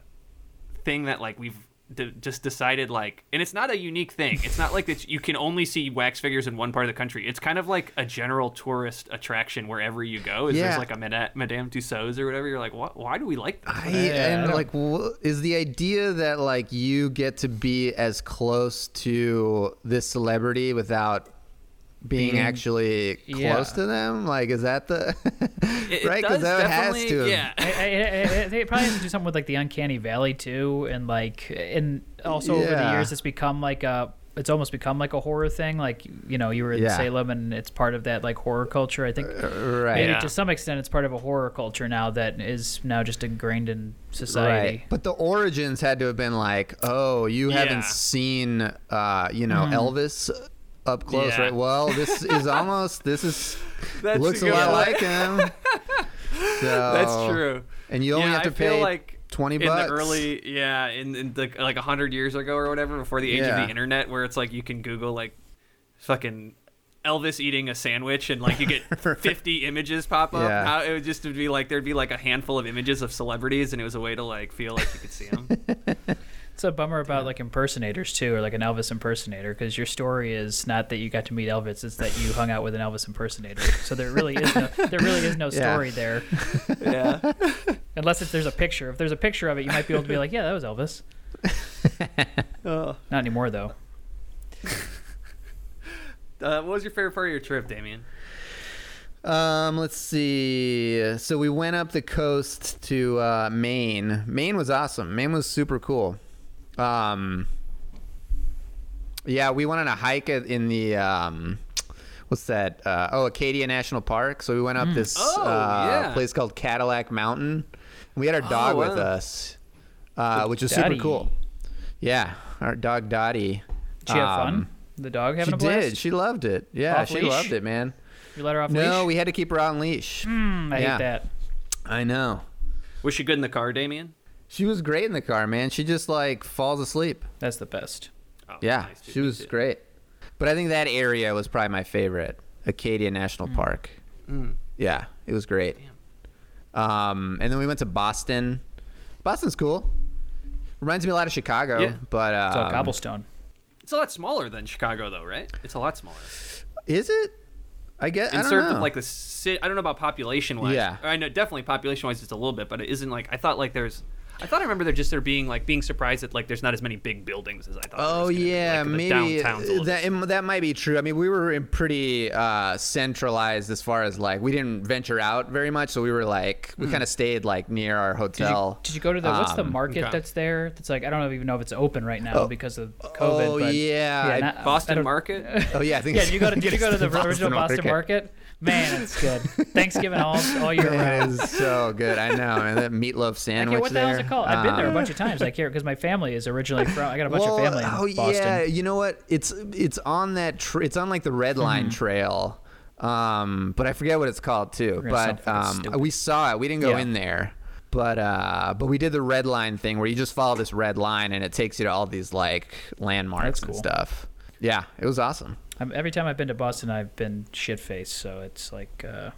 [SPEAKER 2] thing that like we've d- just decided like, and it's not a unique thing. It's not like it's you can only see wax figures in one part of the country. It's kind of like a general tourist attraction wherever you go. Is
[SPEAKER 3] Yeah.
[SPEAKER 2] there's like a Mada- Madame Tussauds or whatever? You're like, what? Why do we like that?
[SPEAKER 3] I,
[SPEAKER 1] Yeah, I
[SPEAKER 3] and
[SPEAKER 1] don't-
[SPEAKER 3] like, wh- is the idea that like you get to be as close to this celebrity without being,
[SPEAKER 1] Being-
[SPEAKER 3] actually close
[SPEAKER 1] yeah.
[SPEAKER 3] to them? Like, is that the [LAUGHS]
[SPEAKER 2] It, it
[SPEAKER 3] right?
[SPEAKER 2] does
[SPEAKER 3] that has
[SPEAKER 2] definitely-
[SPEAKER 3] to. have-
[SPEAKER 2] Yeah.
[SPEAKER 1] I, I, I, I think it probably has to do something with like the uncanny valley too, and like, and also over the
[SPEAKER 3] Yeah.
[SPEAKER 1] years, it's become like a, it's almost become like a horror thing. Like you know, you were in
[SPEAKER 3] Yeah. Uh,
[SPEAKER 1] Salem, and it's part of that like horror culture. I think
[SPEAKER 3] Right.
[SPEAKER 1] maybe
[SPEAKER 2] Yeah.
[SPEAKER 1] to some extent, it's part of a horror culture now that is now just ingrained in society.
[SPEAKER 3] But the origins had to have been like, oh, you
[SPEAKER 2] Yeah.
[SPEAKER 3] haven't seen, uh, you know, Elvis up close,
[SPEAKER 2] Yeah.
[SPEAKER 3] right? Well,
[SPEAKER 2] [LAUGHS]
[SPEAKER 3] this is almost, this is,
[SPEAKER 2] That's
[SPEAKER 3] looks
[SPEAKER 2] a
[SPEAKER 3] a,
[SPEAKER 2] good
[SPEAKER 3] lot
[SPEAKER 2] one. [LAUGHS]
[SPEAKER 3] like him. So,
[SPEAKER 2] That's true.
[SPEAKER 3] And you only
[SPEAKER 2] yeah,
[SPEAKER 3] have to
[SPEAKER 2] I feel
[SPEAKER 3] pay
[SPEAKER 2] like
[SPEAKER 3] 20
[SPEAKER 2] in
[SPEAKER 3] bucks.
[SPEAKER 2] the early yeah in, in the like 100 years ago or whatever before the age
[SPEAKER 3] Yeah.
[SPEAKER 2] of the internet where it's like you can google like fucking elvis eating a sandwich and like you
[SPEAKER 3] [LAUGHS]
[SPEAKER 2] get 50 images pop up
[SPEAKER 3] Yeah.
[SPEAKER 2] How- it would just be like there'd be like a handful of images of celebrities and it was a way to like feel like you could see
[SPEAKER 3] [LAUGHS]
[SPEAKER 2] them
[SPEAKER 1] It's a bummer about like impersonators too, or like an Elvis impersonator, because your story is not that you got to meet Elvis; it's that you hung out with an Elvis impersonator. So there really is
[SPEAKER 3] [LAUGHS]
[SPEAKER 1] no, there really is no
[SPEAKER 3] Yeah.
[SPEAKER 1] story there,
[SPEAKER 2] yeah
[SPEAKER 1] unless if there's a picture. If there's a picture of it, you might be able to be like, "Yeah, that was Elvis."
[SPEAKER 2] uh,
[SPEAKER 1] Not anymore though.
[SPEAKER 2] Uh, what was your favorite part of your trip damien
[SPEAKER 3] Um, let's see. So we went up the coast to uh, Maine. Maine was awesome. Maine was super cool. Um, yeah, we went on a hike at- in the um, what's that? Uh, oh, Acadia National Park. So we went up
[SPEAKER 1] Hmm.
[SPEAKER 3] this
[SPEAKER 2] Oh,
[SPEAKER 3] uh,
[SPEAKER 2] yeah.
[SPEAKER 3] place called Cadillac Mountain. We had our dog with
[SPEAKER 2] wow.
[SPEAKER 3] us, uh, which was
[SPEAKER 1] Oh, Dottie.
[SPEAKER 3] super cool. Yeah, our dog Dottie.
[SPEAKER 1] Did she have
[SPEAKER 3] Um,
[SPEAKER 1] fun? The dog having
[SPEAKER 3] She
[SPEAKER 1] a blast?
[SPEAKER 3] did. She loved it. Yeah,
[SPEAKER 1] Off
[SPEAKER 3] she
[SPEAKER 1] leash?
[SPEAKER 3] loved it, man.
[SPEAKER 1] You let her off
[SPEAKER 3] No,
[SPEAKER 1] leash?
[SPEAKER 3] we had to keep her on leash.
[SPEAKER 2] Hmm.
[SPEAKER 1] Mm, I
[SPEAKER 3] yeah.
[SPEAKER 1] hate that.
[SPEAKER 3] I know.
[SPEAKER 2] Was she good in the car, Damien?
[SPEAKER 3] She was great in the car, man. She just like falls asleep.
[SPEAKER 1] That's the best.
[SPEAKER 2] Oh,
[SPEAKER 3] Yeah,
[SPEAKER 2] nice, dude.
[SPEAKER 3] she was great. But I think that area was probably my favorite, Acadia National
[SPEAKER 2] Hmm.
[SPEAKER 3] Park.
[SPEAKER 2] Mm.
[SPEAKER 3] Yeah, it was great. Um, and then we went to Boston. Boston's cool. Reminds me a lot of Chicago,
[SPEAKER 2] Yeah.
[SPEAKER 3] but
[SPEAKER 1] It's all
[SPEAKER 3] um,
[SPEAKER 1] cobblestone.
[SPEAKER 2] It's a lot smaller than Chicago, though, right? It's a lot smaller.
[SPEAKER 3] is it? I guess I
[SPEAKER 2] Insert
[SPEAKER 3] don't know.
[SPEAKER 2] like the city. I don't know about population wise.
[SPEAKER 3] Yeah.
[SPEAKER 2] I know definitely population wise it's a little bit, but it isn't like I thought. Like there's, I thought I remember there just there being like being surprised that like there's not as many big buildings as I thought. there
[SPEAKER 3] Oh
[SPEAKER 2] was gonna be,
[SPEAKER 3] yeah,
[SPEAKER 2] like, the
[SPEAKER 3] maybe
[SPEAKER 2] downtown's a little
[SPEAKER 3] that it- that might be true. I mean, we were in pretty uh, centralized as far as like we didn't venture out very much, so we were like
[SPEAKER 2] Hmm.
[SPEAKER 3] we kind of stayed like near our
[SPEAKER 1] Did
[SPEAKER 3] hotel.
[SPEAKER 1] you, did you go to the what's the
[SPEAKER 3] Um,
[SPEAKER 1] market
[SPEAKER 2] okay.
[SPEAKER 1] that's there? That's like I don't even know if it's open right now because of COVID.
[SPEAKER 3] oh,
[SPEAKER 1] but,
[SPEAKER 3] yeah, I-
[SPEAKER 1] not- I
[SPEAKER 2] Boston
[SPEAKER 1] don't-
[SPEAKER 2] [LAUGHS] Market.
[SPEAKER 3] Oh yeah, I think.
[SPEAKER 1] Yeah, did you go to
[SPEAKER 3] [LAUGHS] I think
[SPEAKER 1] did you go
[SPEAKER 3] it's
[SPEAKER 1] to the, original Boston Market? Man, it's good. Thanksgiving all all year
[SPEAKER 3] It
[SPEAKER 1] round.
[SPEAKER 3] is so good. I know, man. That meatloaf sandwich
[SPEAKER 1] Okay, what the
[SPEAKER 3] there.
[SPEAKER 1] hell is it called? I've been there a
[SPEAKER 3] Um,
[SPEAKER 1] bunch of times. Like here, because my family is originally from. I got a bunch
[SPEAKER 3] well,
[SPEAKER 1] of family in
[SPEAKER 3] oh
[SPEAKER 1] Boston.
[SPEAKER 3] yeah, you know what? It's it's on that. Tr- it's on like the
[SPEAKER 1] Mm-hmm.
[SPEAKER 3] Red Line Trail. Um, but I forget what it's called too.
[SPEAKER 1] gonna sound
[SPEAKER 3] But
[SPEAKER 1] fucking
[SPEAKER 3] um,
[SPEAKER 1] stupid.
[SPEAKER 3] we saw it. We didn't go
[SPEAKER 1] Yeah.
[SPEAKER 3] in there. But uh, but we did the red line thing where you just follow this red line and it takes you to all these like
[SPEAKER 1] That's
[SPEAKER 3] landmarks
[SPEAKER 1] cool.
[SPEAKER 3] and stuff. Yeah, it was awesome.
[SPEAKER 1] I'm, every time I've been to Boston, I've been shit faced. So it's like uh,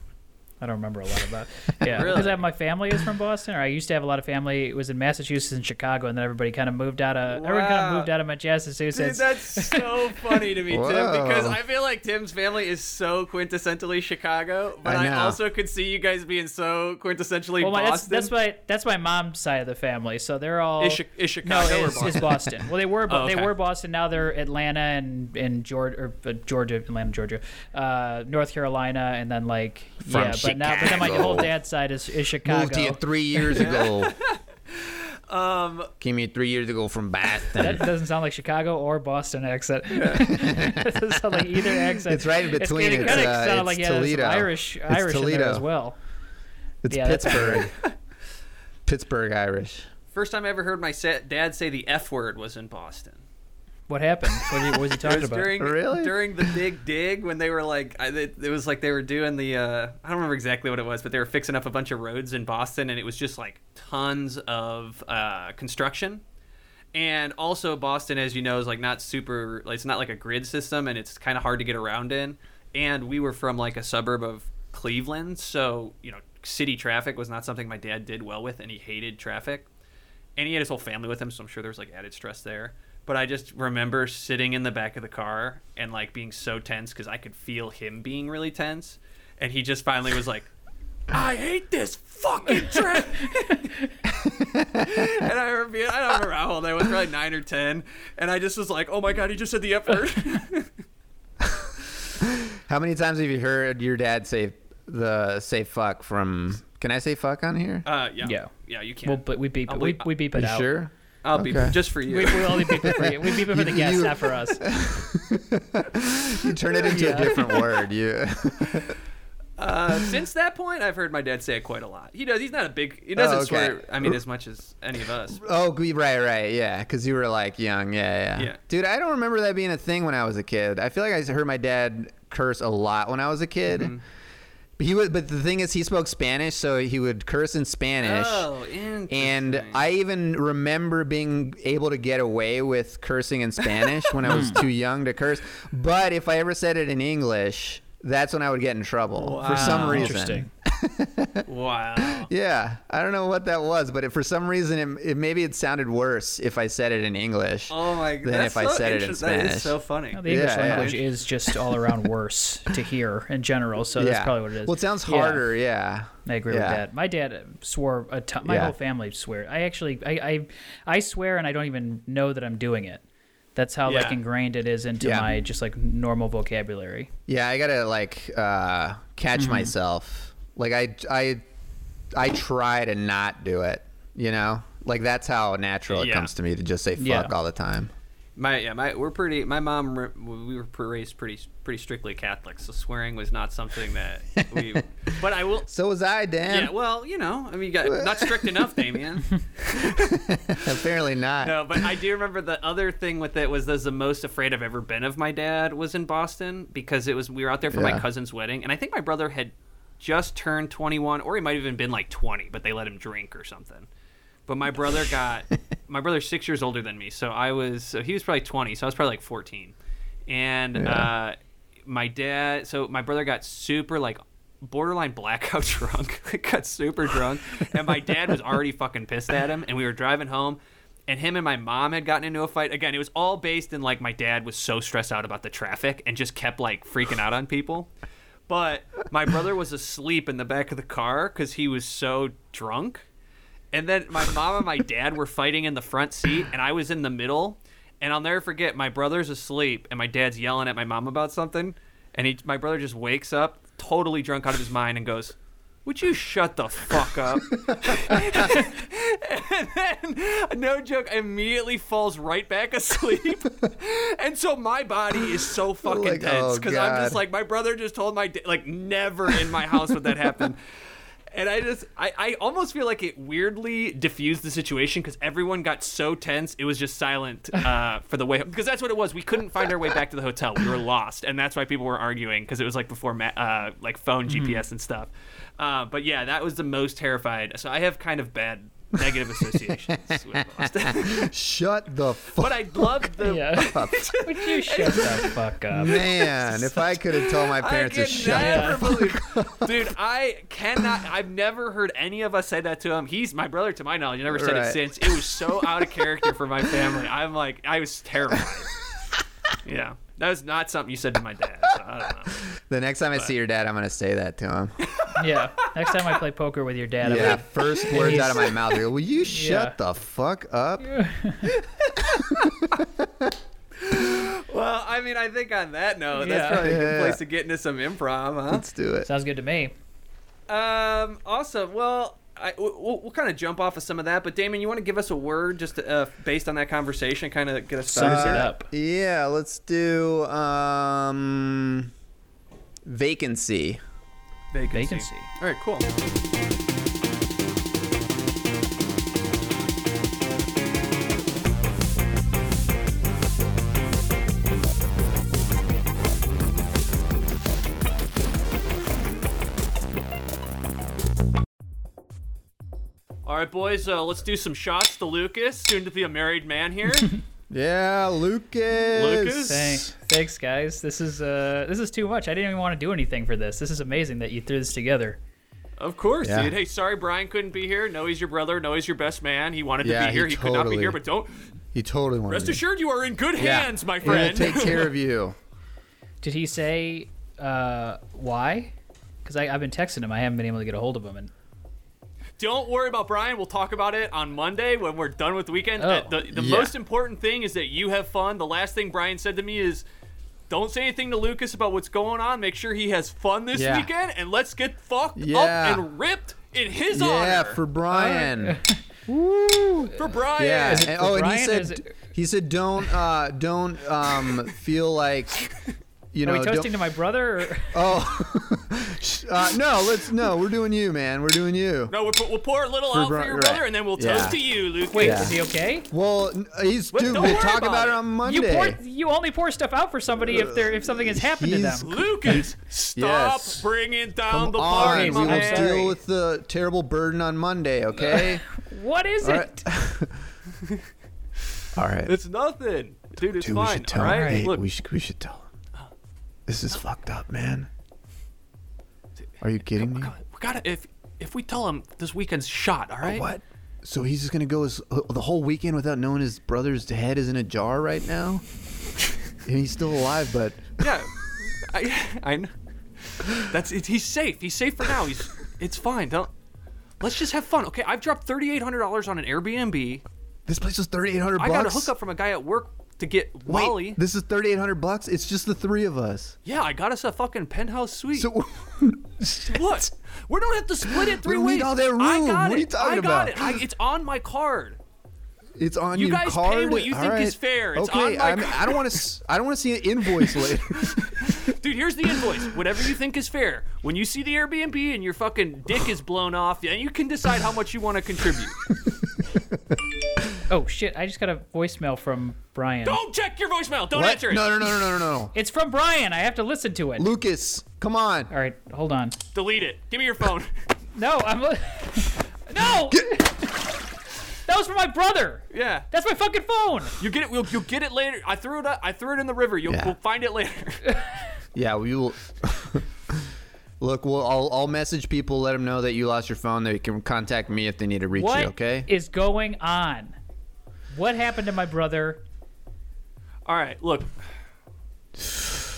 [SPEAKER 1] I don't remember a lot about. Yeah,
[SPEAKER 2] [LAUGHS] Really?
[SPEAKER 1] because I have my family is from Boston, or I used to have a lot of family. It was in Massachusetts and Chicago, and then everybody kind of moved out of everyone kind of
[SPEAKER 2] Wow.
[SPEAKER 1] moved out of
[SPEAKER 2] Dude,
[SPEAKER 1] Massachusetts.
[SPEAKER 2] that's so funny to me,
[SPEAKER 3] [LAUGHS]
[SPEAKER 2] Tim, because
[SPEAKER 3] Whoa.
[SPEAKER 2] I feel like Tim's family is so quintessentially Chicago, but
[SPEAKER 3] I
[SPEAKER 2] I,
[SPEAKER 3] know.
[SPEAKER 2] also could see you guys being so quintessentially
[SPEAKER 1] well, my, that's
[SPEAKER 2] Boston.
[SPEAKER 1] that's my that's my mom's side of the family. So they're all
[SPEAKER 2] Is Chi- is Chicago
[SPEAKER 1] no,
[SPEAKER 2] or
[SPEAKER 1] is, is
[SPEAKER 2] Boston?
[SPEAKER 1] Boston. Well, they were
[SPEAKER 2] Oh,
[SPEAKER 1] they
[SPEAKER 2] okay.
[SPEAKER 1] were Boston. Now they're Atlanta and and Georgia or uh, Georgia, Atlanta, Georgia, uh, North Carolina, and then like
[SPEAKER 3] From
[SPEAKER 1] yeah. But now, but then my
[SPEAKER 3] Chicago.
[SPEAKER 1] whole dad's side is, is
[SPEAKER 3] Moved here
[SPEAKER 1] Chicago.
[SPEAKER 3] three
[SPEAKER 1] [LAUGHS]
[SPEAKER 3] years ago. um, came here three years ago from Boston.
[SPEAKER 1] [LAUGHS] That doesn't sound like Chicago or Boston accent. [LAUGHS] it doesn't sound like either accent.
[SPEAKER 3] It's right in between.
[SPEAKER 1] It
[SPEAKER 3] It's,
[SPEAKER 1] kind of
[SPEAKER 3] uh,
[SPEAKER 1] sounded
[SPEAKER 3] it's
[SPEAKER 1] like yeah, there's some
[SPEAKER 3] Toledo.
[SPEAKER 1] Irish,
[SPEAKER 3] It's
[SPEAKER 1] Irish in there
[SPEAKER 3] Toledo.
[SPEAKER 1] as well.
[SPEAKER 3] It's
[SPEAKER 1] Yeah, that's-
[SPEAKER 3] [LAUGHS] Pittsburgh. Pittsburgh Irish.
[SPEAKER 2] First time I ever heard my sa- dad say the F word was in Boston.
[SPEAKER 1] What happened? What, are you- what was he
[SPEAKER 2] [LAUGHS] It
[SPEAKER 1] talking
[SPEAKER 2] was
[SPEAKER 1] about?
[SPEAKER 2] during
[SPEAKER 3] Really?
[SPEAKER 2] during the big dig when they were like I, it, it was like they were doing the uh, I don't remember exactly what it was but they were fixing up a bunch of roads in Boston and it was just like tons of uh, construction and also Boston as you know is like not super like, it's not like a grid system and it's kind of hard to get around in and we were from like a suburb of Cleveland so you know city traffic was not something my dad did well with and he hated traffic and he had his whole family with him, so I'm sure there was like added stress there. But I just remember sitting in the back of the car and like being so tense because I could feel him being really tense, and he just finally was like, "I hate this fucking trip." [LAUGHS] and I remember, I don't remember how old I was, probably nine or ten, and I just was like, "Oh my god, he just said the F word."
[SPEAKER 3] How many times have you heard your dad say the say fuck from? Can I say fuck on here?
[SPEAKER 2] uh, yeah,
[SPEAKER 1] Yeah.
[SPEAKER 2] yeah, you can.
[SPEAKER 1] Well, but we beep it.
[SPEAKER 2] I'll
[SPEAKER 1] We,
[SPEAKER 2] bleep-
[SPEAKER 1] we beep it
[SPEAKER 3] you
[SPEAKER 1] out.
[SPEAKER 3] sure?
[SPEAKER 2] I'll be
[SPEAKER 3] Okay.
[SPEAKER 2] just for you.
[SPEAKER 1] We, we only beep it for you. We beep it for the guests,
[SPEAKER 3] You-
[SPEAKER 1] not for us.
[SPEAKER 3] You turn it
[SPEAKER 1] [LAUGHS]
[SPEAKER 3] into
[SPEAKER 1] Yeah.
[SPEAKER 3] a different word. You. [LAUGHS]
[SPEAKER 2] Uh, since that point, I've heard my dad say it quite a lot. He does. He's not a big. He doesn't
[SPEAKER 3] Oh, okay.
[SPEAKER 2] swear. I mean, as much as any of us.
[SPEAKER 3] Oh, g- right, right, yeah, because you were like young, yeah, yeah,
[SPEAKER 2] Yeah.
[SPEAKER 3] Dude, I don't remember that being a thing when I was a kid. I feel like I heard my dad curse a lot when I was a kid. But he would, but the thing is, he spoke Spanish, so he would curse in Spanish.
[SPEAKER 2] Oh, interesting.
[SPEAKER 3] And I even remember being able to get away with cursing in Spanish when I was
[SPEAKER 1] Hmm.
[SPEAKER 3] too young to curse. But if I ever said it in English, that's when I would get in trouble for some
[SPEAKER 2] Wow.
[SPEAKER 3] reason.
[SPEAKER 1] Oh, Interesting.
[SPEAKER 3] [LAUGHS]
[SPEAKER 2] wow.
[SPEAKER 3] Yeah, I don't know what that was, but it, for some reason, it, it maybe it sounded worse if I said it in English.
[SPEAKER 2] Oh my god.
[SPEAKER 3] Then if I said it in
[SPEAKER 2] that
[SPEAKER 3] Spanish.
[SPEAKER 2] is so funny.
[SPEAKER 1] Well, the English
[SPEAKER 3] Yeah, yeah.
[SPEAKER 1] language is just all around [LAUGHS] worse to hear in general, so that's probably what it is.
[SPEAKER 3] Well, it sounds
[SPEAKER 1] Yeah.
[SPEAKER 3] harder. Yeah.
[SPEAKER 1] I agree
[SPEAKER 3] Yeah.
[SPEAKER 1] with that. My dad swore a ton. My
[SPEAKER 3] Yeah.
[SPEAKER 1] whole family swear. I actually, I, I, I swear, and I don't even know that I'm doing it. That's how like
[SPEAKER 2] Yeah.
[SPEAKER 1] ingrained it is into
[SPEAKER 3] Yeah.
[SPEAKER 1] my just like normal vocabulary.
[SPEAKER 3] Yeah, I gotta like uh, catch
[SPEAKER 2] Mm-hmm.
[SPEAKER 3] myself. Like I, I, I try to not do it. You know, like that's how natural it
[SPEAKER 2] Yeah.
[SPEAKER 3] comes to me to just say fuck
[SPEAKER 1] Yeah.
[SPEAKER 3] all the time.
[SPEAKER 2] My yeah, my we're pretty. My mom, re- we were pre- raised pretty pretty strictly Catholic, so swearing was not something that
[SPEAKER 3] [LAUGHS]
[SPEAKER 2] we. but I will.
[SPEAKER 3] So was I, Dan.
[SPEAKER 2] Yeah, well, you know, I mean, you got not strict enough,
[SPEAKER 3] [LAUGHS]
[SPEAKER 2] Damien.
[SPEAKER 3] Apparently not.
[SPEAKER 2] No, but I do remember the other thing with it was that's the most afraid I've ever been of my dad was in Boston because it was we were out there for
[SPEAKER 3] Yeah.
[SPEAKER 2] my cousin's wedding, and I think my brother had just turned 21, or he might have even been like 20, but they let him drink or something. But my brother got my brother's six years older than me, so I was so he was probably 20, so I was probably like 14, and uh, my dad. So my brother got super like borderline blackout [LAUGHS] drunk. got super drunk, and my dad was already fucking pissed at him. And we were driving home, and him and my mom had gotten into a fight. Again, it was all based in like my dad was so stressed out about the traffic and just kept like freaking out on people. But my brother was asleep in the back of the car because he was so drunk. And then my mom and my dad were fighting in the front seat, and I was in the middle. And I'll never forget, my brother's asleep, and my dad's yelling at my mom about something. And he, my brother just wakes up, totally drunk out of his mind, and goes, Would you shut the fuck up? [LAUGHS] and then, no joke, immediately falls right back asleep. [LAUGHS] and so my body is so fucking
[SPEAKER 3] [LAUGHS] Like,
[SPEAKER 2] tense
[SPEAKER 3] oh,
[SPEAKER 2] because I'm
[SPEAKER 3] God.
[SPEAKER 2] just like, my brother just told my, da- like, never in my house would that happen. And I just, I, I almost feel like it weirdly diffused the situation because everyone got so tense. It was just silent uh, for the way, because that's what it was. We couldn't find our way back to the hotel. We were lost. And that's why people were arguing because it was like before ma- uh, like phone GPS and stuff. Uh, but yeah, that was the most terrified. So I have kind of bad negative associations with Boston.
[SPEAKER 3] Shut the fuck.
[SPEAKER 2] [LAUGHS] but I loved
[SPEAKER 1] [LAUGHS]
[SPEAKER 2] the.
[SPEAKER 1] Yeah. Would you shut the fuck
[SPEAKER 3] [LAUGHS]
[SPEAKER 1] up?
[SPEAKER 3] Man, if I could have told
[SPEAKER 2] [LAUGHS]
[SPEAKER 3] my
[SPEAKER 2] I
[SPEAKER 3] parents to
[SPEAKER 2] can
[SPEAKER 3] shut
[SPEAKER 2] never
[SPEAKER 3] up.
[SPEAKER 2] believe, [LAUGHS] dude. I cannot. I've never heard any of us say that to him. He's my brother, to my knowledge. I never said
[SPEAKER 3] Right.
[SPEAKER 2] it since. It was so out of character for my family. I'm like, I was terrified.
[SPEAKER 3] [LAUGHS]
[SPEAKER 2] yeah, that was not something you said to my dad. So I don't know.
[SPEAKER 3] The next time I see your dad, I'm gonna say that to
[SPEAKER 2] [LAUGHS]
[SPEAKER 3] him.
[SPEAKER 1] Yeah. Next time I play poker with your dad, I'm
[SPEAKER 3] Yeah,
[SPEAKER 1] like,
[SPEAKER 3] first words out of my mouth. I go,
[SPEAKER 2] [LAUGHS]
[SPEAKER 3] Will you shut the fuck up?
[SPEAKER 2] Well, I mean, I think on that note, that's
[SPEAKER 1] Yeah.
[SPEAKER 2] probably a good
[SPEAKER 3] Yeah.
[SPEAKER 2] place to get into some improv, huh?
[SPEAKER 3] Let's do it.
[SPEAKER 1] sounds good to me.
[SPEAKER 2] Um, awesome. Well, I, we'll, we'll kind of jump off of some of that, but Damon, you want to give us a word just to, uh, based on that conversation, kind of get us started?
[SPEAKER 1] Sums it
[SPEAKER 2] here?
[SPEAKER 1] up.
[SPEAKER 3] Uh, Yeah, let's do um vacancy.
[SPEAKER 1] Vacancy.
[SPEAKER 2] All right, cool. All right, boys, uh, let's do some shots to Lucas, soon to be a married man here.
[SPEAKER 3] Yeah, Lucas.
[SPEAKER 2] Lucas?
[SPEAKER 1] Thanks, thanks, guys. This is uh, this is too much. I didn't even want to do anything for this. This is amazing that you threw this together.
[SPEAKER 2] [LAUGHS] Of course,
[SPEAKER 3] Yeah.
[SPEAKER 2] dude. Hey, sorry Brian couldn't be here. No, he's your brother. No, he's your best man. He wanted
[SPEAKER 3] Yeah,
[SPEAKER 2] to be
[SPEAKER 3] he
[SPEAKER 2] here. He could not be
[SPEAKER 3] totally-
[SPEAKER 2] here, but don't.
[SPEAKER 3] He totally wanted
[SPEAKER 2] Rest
[SPEAKER 3] me.
[SPEAKER 2] assured, you are in good
[SPEAKER 3] Mm. Yeah.
[SPEAKER 2] hands, my
[SPEAKER 3] We're gonna
[SPEAKER 2] friend.
[SPEAKER 3] take care of you.
[SPEAKER 1] Did he say uh, why? Because I've been texting him. I haven't been able to get a hold of him. And
[SPEAKER 2] [LAUGHS] don't worry about Brian. We'll talk about it on Monday when we're done with the weekend.
[SPEAKER 1] Oh.
[SPEAKER 2] Uh, The, the
[SPEAKER 3] Yeah.
[SPEAKER 2] most important thing is that you have fun. The last thing Brian said to me is. Don't say anything to Lucas about what's going on. Make sure he has fun this
[SPEAKER 3] Yeah.
[SPEAKER 2] weekend, and let's get fucked up
[SPEAKER 3] Yeah.
[SPEAKER 2] and ripped in his
[SPEAKER 3] Yeah,
[SPEAKER 2] honor
[SPEAKER 3] for Brian.
[SPEAKER 2] for Brian.
[SPEAKER 3] Yeah.
[SPEAKER 1] it
[SPEAKER 3] and-
[SPEAKER 1] for
[SPEAKER 3] oh, and
[SPEAKER 1] Brian
[SPEAKER 3] he
[SPEAKER 1] or
[SPEAKER 3] said
[SPEAKER 1] is it-
[SPEAKER 3] he said don't uh don't um feel like you
[SPEAKER 1] are
[SPEAKER 3] know
[SPEAKER 1] we
[SPEAKER 3] don't,
[SPEAKER 1] toasting to my brother?
[SPEAKER 3] [LAUGHS]
[SPEAKER 1] Or... [LAUGHS]
[SPEAKER 3] uh, no, let's no, we're doing you, man. We're doing you.
[SPEAKER 2] No, we'll, pu- we'll pour a little out
[SPEAKER 3] Bri-
[SPEAKER 2] for your
[SPEAKER 3] right.
[SPEAKER 2] brother, and then we'll
[SPEAKER 3] Yeah.
[SPEAKER 2] toast to you, Lucas.
[SPEAKER 1] Wait,
[SPEAKER 3] Yeah.
[SPEAKER 1] is he okay?
[SPEAKER 3] Well, n- he's
[SPEAKER 2] Well,
[SPEAKER 3] dude.
[SPEAKER 2] don't
[SPEAKER 3] We'll
[SPEAKER 2] worry
[SPEAKER 3] talk
[SPEAKER 2] about
[SPEAKER 3] about it
[SPEAKER 2] it.
[SPEAKER 3] on
[SPEAKER 1] You
[SPEAKER 3] Monday.
[SPEAKER 1] pour, you only pour stuff out for somebody if they're if something has happened to
[SPEAKER 3] He's-
[SPEAKER 1] them.
[SPEAKER 2] Lucas, stop
[SPEAKER 3] Yes.
[SPEAKER 2] bringing down the
[SPEAKER 3] on,
[SPEAKER 2] party,
[SPEAKER 3] we
[SPEAKER 2] my
[SPEAKER 3] will
[SPEAKER 1] man.
[SPEAKER 3] deal with the terrible burden on
[SPEAKER 2] [LAUGHS]
[SPEAKER 3] Monday, okay?
[SPEAKER 1] What is
[SPEAKER 3] All
[SPEAKER 1] it?
[SPEAKER 3] right. [LAUGHS] All right.
[SPEAKER 2] It's nothing, dude. It's
[SPEAKER 3] Dude, we
[SPEAKER 2] fine.
[SPEAKER 3] should tell
[SPEAKER 2] All
[SPEAKER 3] him.
[SPEAKER 2] right,
[SPEAKER 3] Hey,
[SPEAKER 2] look,
[SPEAKER 3] we should we should tell him. This is fucked up, man. Are you kidding me?
[SPEAKER 2] we gotta if if we tell him this weekend's shot. All right.
[SPEAKER 3] What? So he's just gonna go his, the whole weekend without knowing his brother's head is in a jar right
[SPEAKER 2] [LAUGHS]
[SPEAKER 3] now, and he's still alive. But [LAUGHS]
[SPEAKER 2] Yeah. I, I know. That's it, he's safe. He's safe for now. He's it's fine. Don't. Let's just have fun. Okay, I've dropped thirty eight hundred dollars on an Airbnb.
[SPEAKER 3] this place was thirty eight hundred
[SPEAKER 2] I
[SPEAKER 3] bucks.
[SPEAKER 2] got a hookup from a guy at work to get
[SPEAKER 3] Wait,
[SPEAKER 2] Wally.
[SPEAKER 3] this is 3,800 bucks. It's just the three of us.
[SPEAKER 2] yeah, I got us a fucking penthouse suite.
[SPEAKER 3] So [LAUGHS]
[SPEAKER 2] what? We don't have to split it three
[SPEAKER 3] We need
[SPEAKER 2] ways.
[SPEAKER 3] all that
[SPEAKER 2] I
[SPEAKER 3] room.
[SPEAKER 2] got
[SPEAKER 3] What are
[SPEAKER 2] it.
[SPEAKER 3] you talking
[SPEAKER 2] I got
[SPEAKER 3] about?
[SPEAKER 2] it. I, it's on my card.
[SPEAKER 3] it's on
[SPEAKER 2] You
[SPEAKER 3] your
[SPEAKER 2] guys pay
[SPEAKER 3] card.
[SPEAKER 2] what you
[SPEAKER 3] All
[SPEAKER 2] think is
[SPEAKER 3] right.
[SPEAKER 2] fair. It's
[SPEAKER 3] okay,
[SPEAKER 2] on my
[SPEAKER 3] I'm-
[SPEAKER 2] card.
[SPEAKER 3] I don't want to. I don't want to see an
[SPEAKER 2] [LAUGHS]
[SPEAKER 3] invoice later.
[SPEAKER 2] Dude, here's the invoice. Whatever you think is fair. When you see the Airbnb and your fucking dick is blown off, yeah, you can decide how much you want to [LAUGHS] contribute.
[SPEAKER 1] Oh shit! I just got a voicemail from Brian.
[SPEAKER 2] Don't Oh, check your voicemail. Don't
[SPEAKER 3] What?
[SPEAKER 2] answer it.
[SPEAKER 3] No, no, no, no, no, no, no.
[SPEAKER 1] It's from Brian. I have to listen to it.
[SPEAKER 3] Lucas, come on.
[SPEAKER 1] All right, hold on.
[SPEAKER 2] Delete it. Give me your phone.
[SPEAKER 1] No, I'm. li- [LAUGHS] no. [LAUGHS] that was for my brother.
[SPEAKER 2] [LAUGHS] yeah.
[SPEAKER 1] That's my fucking phone.
[SPEAKER 2] You get it. You'll, you'll get it later. I threw it. Up, I threw it in the river. You'll
[SPEAKER 3] Yeah.
[SPEAKER 2] we'll find it later. [LAUGHS]
[SPEAKER 3] Yeah, we will. [LAUGHS] Look, we'll, I'll, I'll message people, let them know that you lost your phone. They can contact me if they need to reach
[SPEAKER 1] What is
[SPEAKER 3] you, okay?
[SPEAKER 1] going on? What happened to my brother?
[SPEAKER 2] All right. Look.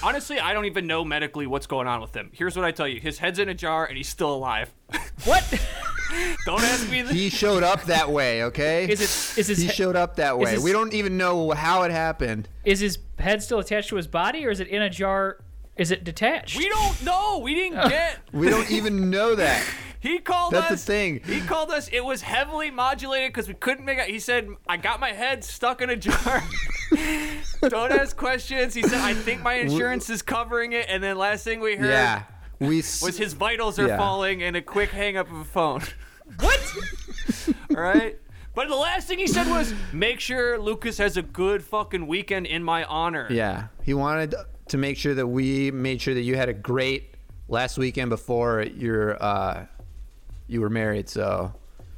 [SPEAKER 2] Honestly, I don't even know medically what's going on with him. Here's what I tell you: his head's in a jar, and he's still alive. [LAUGHS]
[SPEAKER 1] What [LAUGHS]
[SPEAKER 2] Don't ask me. This.
[SPEAKER 3] he showed up that
[SPEAKER 2] [LAUGHS]
[SPEAKER 3] way, okay?
[SPEAKER 1] is it? Is his
[SPEAKER 3] he
[SPEAKER 1] he-
[SPEAKER 3] showed up that way.
[SPEAKER 1] his-
[SPEAKER 3] we don't even know how it happened.
[SPEAKER 1] is his head still attached to his body, or is it in a jar? Is it detached?
[SPEAKER 2] We don't know. We
[SPEAKER 3] [LAUGHS]
[SPEAKER 2] didn't get.
[SPEAKER 3] We don't even
[SPEAKER 2] [LAUGHS]
[SPEAKER 3] know that.
[SPEAKER 2] He called
[SPEAKER 3] That's the
[SPEAKER 2] us.
[SPEAKER 3] thing.
[SPEAKER 2] He called us. It was heavily modulated because we couldn't make out. He said, "I got my head stuck in a jar." [LAUGHS] Don't ask questions. He said, "I think my insurance is covering it." And then last thing we heard
[SPEAKER 3] Yeah. We s-
[SPEAKER 2] was his vitals are
[SPEAKER 3] Yeah.
[SPEAKER 2] falling and a quick hang up of a phone.
[SPEAKER 3] [LAUGHS]
[SPEAKER 2] [LAUGHS]
[SPEAKER 1] What?
[SPEAKER 2] All right. But the last thing he said was, "Make sure Lucas has a good fucking weekend in my honor."
[SPEAKER 3] Yeah. He wanted to make sure that we made sure that you had a great last weekend before your uh you were married, so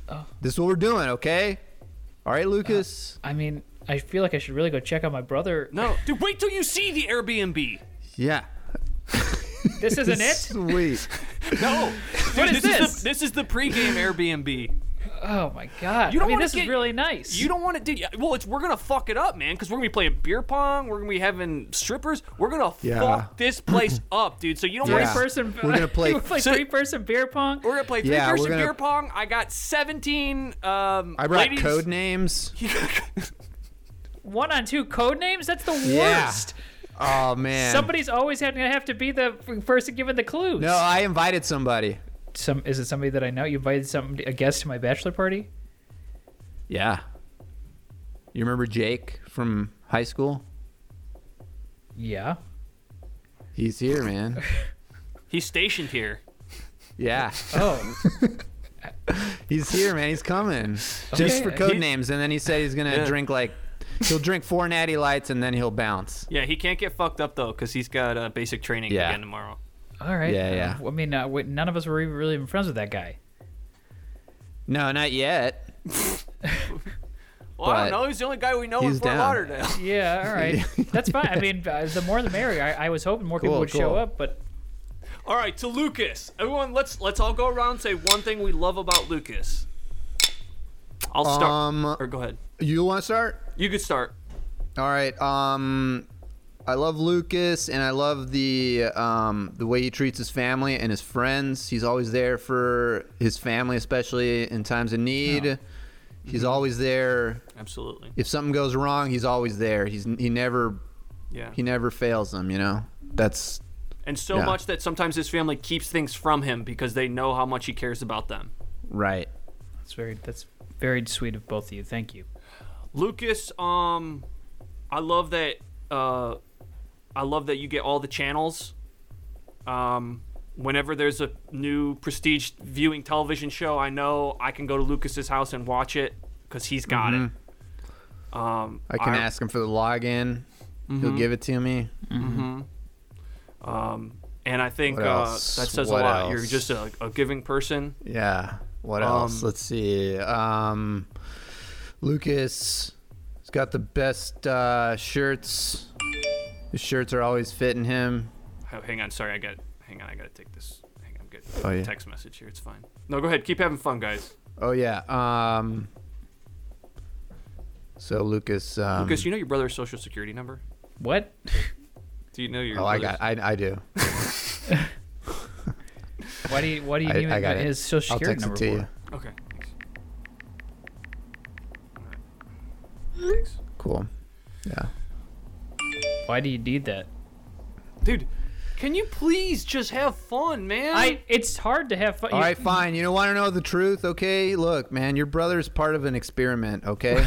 [SPEAKER 1] Oh.
[SPEAKER 3] this is what we're doing, okay? All right, Lucas.
[SPEAKER 1] I mean, I feel like I should really go check on my brother.
[SPEAKER 2] No, dude, wait till you see the Airbnb.
[SPEAKER 3] yeah.
[SPEAKER 1] Uh-huh. [LAUGHS] This isn't it.
[SPEAKER 3] [LAUGHS] Sweet.
[SPEAKER 2] No,
[SPEAKER 1] What
[SPEAKER 2] dude,
[SPEAKER 1] is
[SPEAKER 2] this?
[SPEAKER 1] this?
[SPEAKER 2] the, this is the pregame Airbnb.
[SPEAKER 1] Oh my god!
[SPEAKER 2] You don't
[SPEAKER 1] I mean,
[SPEAKER 2] wanna
[SPEAKER 1] this is
[SPEAKER 2] get-
[SPEAKER 1] really nice.
[SPEAKER 2] You don't want to do. Well, it's we're gonna fuck it up, man. Because we're gonna be playing beer pong. We're gonna be having strippers. We're gonna
[SPEAKER 3] Yeah.
[SPEAKER 2] fuck this place [CLEARS THROAT] up, dude. So you don't
[SPEAKER 1] three
[SPEAKER 2] want.
[SPEAKER 3] Yeah.
[SPEAKER 2] to
[SPEAKER 1] person. [LAUGHS]
[SPEAKER 3] We're gonna play-
[SPEAKER 1] you wanna
[SPEAKER 2] So-
[SPEAKER 1] three person beer pong.
[SPEAKER 2] We're gonna play three
[SPEAKER 3] Yeah, we're
[SPEAKER 2] person
[SPEAKER 3] gonna-
[SPEAKER 2] beer pong. I got seventeen. Um,
[SPEAKER 3] I brought
[SPEAKER 2] ladies-
[SPEAKER 3] code names.
[SPEAKER 1] One on two code names. That's the
[SPEAKER 3] Yeah.
[SPEAKER 1] worst.
[SPEAKER 3] Oh man.
[SPEAKER 1] Somebody's always had- gonna have to be the f- person giving the clues.
[SPEAKER 3] No, I invited somebody.
[SPEAKER 1] Some is it somebody that I know? You invited some a guest to my bachelor party?
[SPEAKER 3] Yeah. You remember Jake from high school?
[SPEAKER 1] Yeah.
[SPEAKER 3] He's here, man.
[SPEAKER 2] He's stationed here.
[SPEAKER 3] Yeah.
[SPEAKER 1] Oh.
[SPEAKER 3] [LAUGHS] He's here, man. He's coming. Just
[SPEAKER 1] Okay.
[SPEAKER 3] for code
[SPEAKER 2] He-
[SPEAKER 3] names and then he said he's going to
[SPEAKER 2] Yeah.
[SPEAKER 3] drink like he'll drink four natty lights and then he'll bounce.
[SPEAKER 2] Yeah, he can't get fucked up though, because he's got uh, basic training
[SPEAKER 3] Yeah.
[SPEAKER 2] again tomorrow.
[SPEAKER 1] All right.
[SPEAKER 3] Yeah, yeah.
[SPEAKER 1] Uh, I mean, uh, wait, none of us were even really even friends with that guy.
[SPEAKER 3] No, not yet.
[SPEAKER 2] Well, I don't
[SPEAKER 3] But
[SPEAKER 2] know. He's the only guy we know in
[SPEAKER 3] he's
[SPEAKER 2] Fort
[SPEAKER 3] down.
[SPEAKER 2] Lauderdale. [LAUGHS]
[SPEAKER 1] Yeah. All
[SPEAKER 3] [LAUGHS]
[SPEAKER 1] right. That's fine. I mean, uh, the more the merrier. I, I was hoping more people
[SPEAKER 3] Cool,
[SPEAKER 1] would show
[SPEAKER 3] cool.
[SPEAKER 1] up, but
[SPEAKER 2] All right, to Lucas. Everyone, let's let's all go around and say one thing we love about Lucas. I'll start.
[SPEAKER 3] Um,
[SPEAKER 2] or go ahead.
[SPEAKER 3] You want to start?
[SPEAKER 2] You could start.
[SPEAKER 3] All right. Um I love Lucas and I love the um the way he treats his family and his friends. He's always there for his family especially in times of need. He's always there
[SPEAKER 2] Absolutely.
[SPEAKER 3] if something goes wrong, he's always there. He's he never
[SPEAKER 2] Yeah.
[SPEAKER 3] he never fails them. You know, that's
[SPEAKER 2] and so
[SPEAKER 3] Yeah.
[SPEAKER 2] much that sometimes his family keeps things from him because they know how much he cares about them.
[SPEAKER 3] right.
[SPEAKER 1] that's very that's very sweet of both of you. Thank you.
[SPEAKER 2] Lucas, um, I love that. Uh, I love that you get all the channels. Um, whenever there's a new prestige viewing television show, I know I can go to Lucas's house and watch it because he's got it. Um,
[SPEAKER 3] Mm-hmm. I can ask him for the login. He'll give it to me.
[SPEAKER 2] Mm-hmm. Um, and I think
[SPEAKER 3] What
[SPEAKER 2] uh, that
[SPEAKER 3] else?
[SPEAKER 2] says
[SPEAKER 3] What
[SPEAKER 2] a lot. You're
[SPEAKER 3] else?
[SPEAKER 2] just a, a giving person.
[SPEAKER 3] Yeah. What else? Let's see. Um, Lucas has got the best uh, shirts. His shirts are always fitting him.
[SPEAKER 2] Oh, hang on, sorry, I got. Hang on, I gotta take this. Hang on, I'm getting
[SPEAKER 3] Oh, yeah.
[SPEAKER 2] text message here. It's fine. No, go ahead. Keep having fun, guys.
[SPEAKER 3] Oh yeah. Um. So Lucas. Um,
[SPEAKER 2] Lucas, you know your brother's social security number?
[SPEAKER 1] What?
[SPEAKER 2] Do you know your?
[SPEAKER 3] oh, I
[SPEAKER 2] brother's-
[SPEAKER 3] got. I, I do.
[SPEAKER 1] Why do you Why do you
[SPEAKER 3] [LAUGHS] I,
[SPEAKER 1] need
[SPEAKER 3] I got it.
[SPEAKER 1] his social
[SPEAKER 3] I'll
[SPEAKER 1] security
[SPEAKER 3] text
[SPEAKER 1] number
[SPEAKER 3] it
[SPEAKER 1] for?
[SPEAKER 3] to you.
[SPEAKER 2] Okay. Thanks. All right. Thanks.
[SPEAKER 3] Cool. Yeah.
[SPEAKER 1] Why do you need that?
[SPEAKER 2] dude. Can you please just have fun, man?
[SPEAKER 1] I. It's hard to have fun.
[SPEAKER 3] All right, fine. You don't want to know the truth, okay? Look, man, your brother's part of an experiment, okay?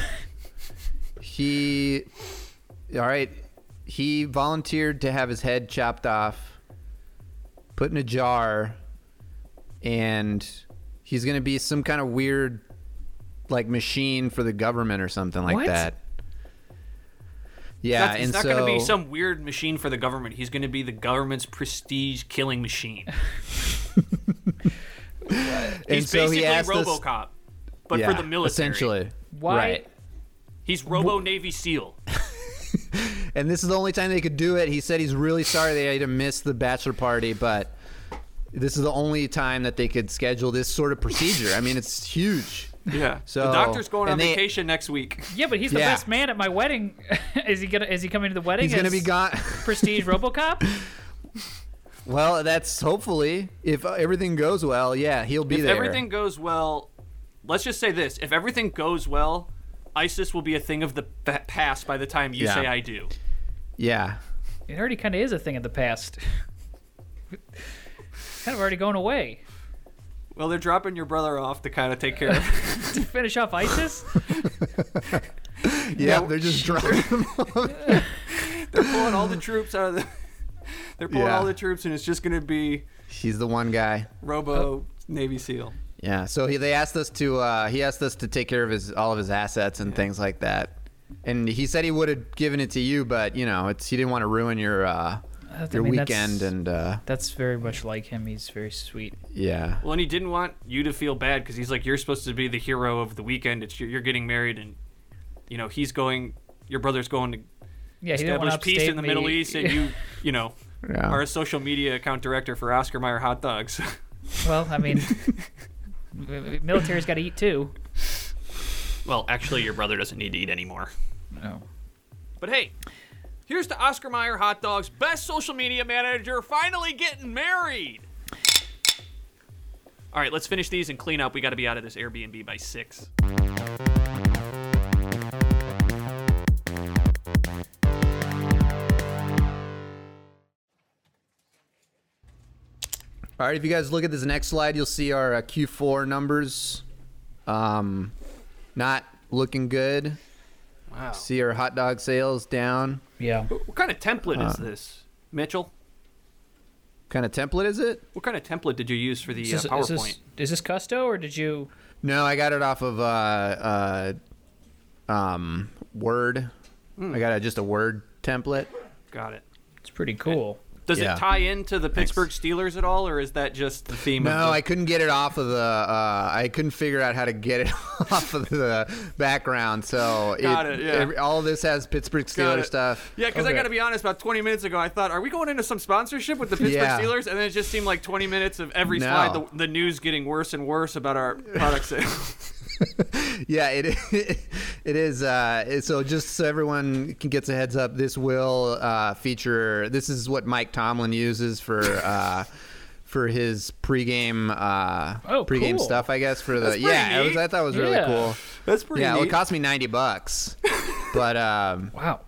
[SPEAKER 3] he, all right, he volunteered to have his head chopped off, put in a jar, and he's gonna be some kind of weird, like machine for the government or something like
[SPEAKER 1] What?
[SPEAKER 3] that. Yeah,
[SPEAKER 2] That's,
[SPEAKER 3] and
[SPEAKER 2] it's not
[SPEAKER 3] so
[SPEAKER 2] going to be some weird machine for the government. He's going to be the government's prestige killing machine.
[SPEAKER 3] [LAUGHS] and
[SPEAKER 2] He's
[SPEAKER 3] so
[SPEAKER 2] basically
[SPEAKER 3] he asked us-
[SPEAKER 2] RoboCop, but
[SPEAKER 3] yeah,
[SPEAKER 2] for the military.
[SPEAKER 3] essentially.
[SPEAKER 1] Why?
[SPEAKER 3] Right.
[SPEAKER 2] He's Robo Navy SEAL.
[SPEAKER 3] and this is the only time they could do it. He said he's really sorry they had to miss the bachelor party, but this is the only time that they could schedule this sort of procedure. I mean, it's huge.
[SPEAKER 2] Yeah.
[SPEAKER 3] So-
[SPEAKER 2] the doctor's going on
[SPEAKER 3] and they-
[SPEAKER 2] vacation next week.
[SPEAKER 1] Yeah, but he's the
[SPEAKER 3] Yeah.
[SPEAKER 1] best man at my wedding. [LAUGHS] is he gonna? Is he coming to the wedding?
[SPEAKER 3] He's gonna
[SPEAKER 1] as
[SPEAKER 3] be gone. [LAUGHS]
[SPEAKER 1] Prestige RoboCop.
[SPEAKER 3] well, that's hopefully if everything goes well. Yeah, he'll be
[SPEAKER 2] If
[SPEAKER 3] there.
[SPEAKER 2] everything goes well, let's just say this: if everything goes well, ISIS will be a thing of the pa- past by the time you
[SPEAKER 3] Yeah.
[SPEAKER 2] say I do.
[SPEAKER 3] Yeah.
[SPEAKER 1] It already kind of is a thing of the past. [LAUGHS] kind of already going away.
[SPEAKER 2] Well, they're dropping your brother off to kind of take [LAUGHS] care of.
[SPEAKER 1] To finish off
[SPEAKER 3] [LAUGHS]
[SPEAKER 1] ISIS. Uh,
[SPEAKER 3] Yeah, they're just driving.
[SPEAKER 2] they're pulling all the troops out of the. [LAUGHS] They're pulling
[SPEAKER 3] Yeah.
[SPEAKER 2] all the troops, and it's just going to be
[SPEAKER 3] [LAUGHS] He's the one guy.
[SPEAKER 2] Robo Navy SEAL.
[SPEAKER 3] Yeah. So he, they asked us to. Uh, he asked us to take care of his all of his assets and things like that. And he said he would have given it to you, but you know, it's he didn't want to ruin your uh,
[SPEAKER 1] I
[SPEAKER 3] your
[SPEAKER 1] mean, that's-
[SPEAKER 3] weekend and uh,
[SPEAKER 1] That's very much like him. He's very sweet.
[SPEAKER 3] yeah.
[SPEAKER 2] Well, and he didn't want you to feel bad because he's like, you're supposed to be the hero of the weekend. It's you're, you're getting married, and you know he's going. Your brother's going to
[SPEAKER 1] Yeah, he didn't want to
[SPEAKER 2] establish peace
[SPEAKER 1] upstate
[SPEAKER 2] in the
[SPEAKER 1] me.
[SPEAKER 2] Middle East,
[SPEAKER 1] [LAUGHS]
[SPEAKER 2] and you, you know,
[SPEAKER 3] Yeah.
[SPEAKER 2] are a social media account director for Oscar Mayer Hot Dogs. [LAUGHS]
[SPEAKER 1] Well, I mean, [LAUGHS] m- military's got to eat too.
[SPEAKER 2] well, actually, your brother doesn't need to eat anymore.
[SPEAKER 1] No.
[SPEAKER 2] But hey, here's to Oscar Mayer Hot Dogs, best social media manager, finally getting married. All right, let's finish these and clean up. We got to be out of this Airbnb by six.
[SPEAKER 3] All right, if you guys look at this next slide, you'll see our uh, Q4 numbers. Um, not looking good.
[SPEAKER 2] Wow.
[SPEAKER 3] See our hot dog sales down.
[SPEAKER 1] Yeah.
[SPEAKER 2] What kind of template
[SPEAKER 1] Uh.
[SPEAKER 2] is this, Mitchell?
[SPEAKER 3] Kind of template is it?
[SPEAKER 2] What kind of template did you use for the
[SPEAKER 1] Is this,
[SPEAKER 2] uh,
[SPEAKER 1] is,
[SPEAKER 2] PowerPoint?
[SPEAKER 1] this, is this Custo or did you?
[SPEAKER 3] No, I got it off of uh, uh, um, Word. I got a, just a Word template.
[SPEAKER 2] Got it.
[SPEAKER 1] It's pretty cool.
[SPEAKER 2] Does
[SPEAKER 3] Yeah.
[SPEAKER 2] it tie into the Pittsburgh Steelers at all, or is that just the theme? of
[SPEAKER 3] No,
[SPEAKER 2] the-
[SPEAKER 3] I couldn't get it off of the. Uh, I couldn't figure out how to get it [LAUGHS] off of the background. So
[SPEAKER 2] Got it, yeah.
[SPEAKER 3] every- all this has Pittsburgh
[SPEAKER 2] Got
[SPEAKER 3] Steelers
[SPEAKER 2] it.
[SPEAKER 3] stuff.
[SPEAKER 2] Yeah, because I
[SPEAKER 1] Okay.
[SPEAKER 2] got to be honest. About 20 minutes ago, I thought, "Are we going into some sponsorship with the Pittsburgh
[SPEAKER 3] Yeah.
[SPEAKER 2] Steelers?" And then it just seemed like 20 minutes of every
[SPEAKER 3] No.
[SPEAKER 2] slide, the, the news getting worse and worse about our product
[SPEAKER 3] [LAUGHS]
[SPEAKER 2] sales.
[SPEAKER 3] Yeah, it [LAUGHS] it is. Uh, it- so just so everyone can gets a heads up, this will uh, feature. This is what Mike Tomlin uses for
[SPEAKER 2] [LAUGHS]
[SPEAKER 3] uh, for his pregame uh,
[SPEAKER 1] Oh,
[SPEAKER 3] pregame
[SPEAKER 1] cool.
[SPEAKER 3] stuff, I guess. For the
[SPEAKER 2] That's pretty
[SPEAKER 3] yeah, it was,
[SPEAKER 2] neat.
[SPEAKER 3] I thought it was really
[SPEAKER 1] Yeah.
[SPEAKER 3] cool.
[SPEAKER 2] [LAUGHS] That's pretty.
[SPEAKER 3] yeah, well, it
[SPEAKER 2] neat.
[SPEAKER 3] cost me
[SPEAKER 2] [LAUGHS]
[SPEAKER 3] ninety bucks, but um,
[SPEAKER 1] Wow.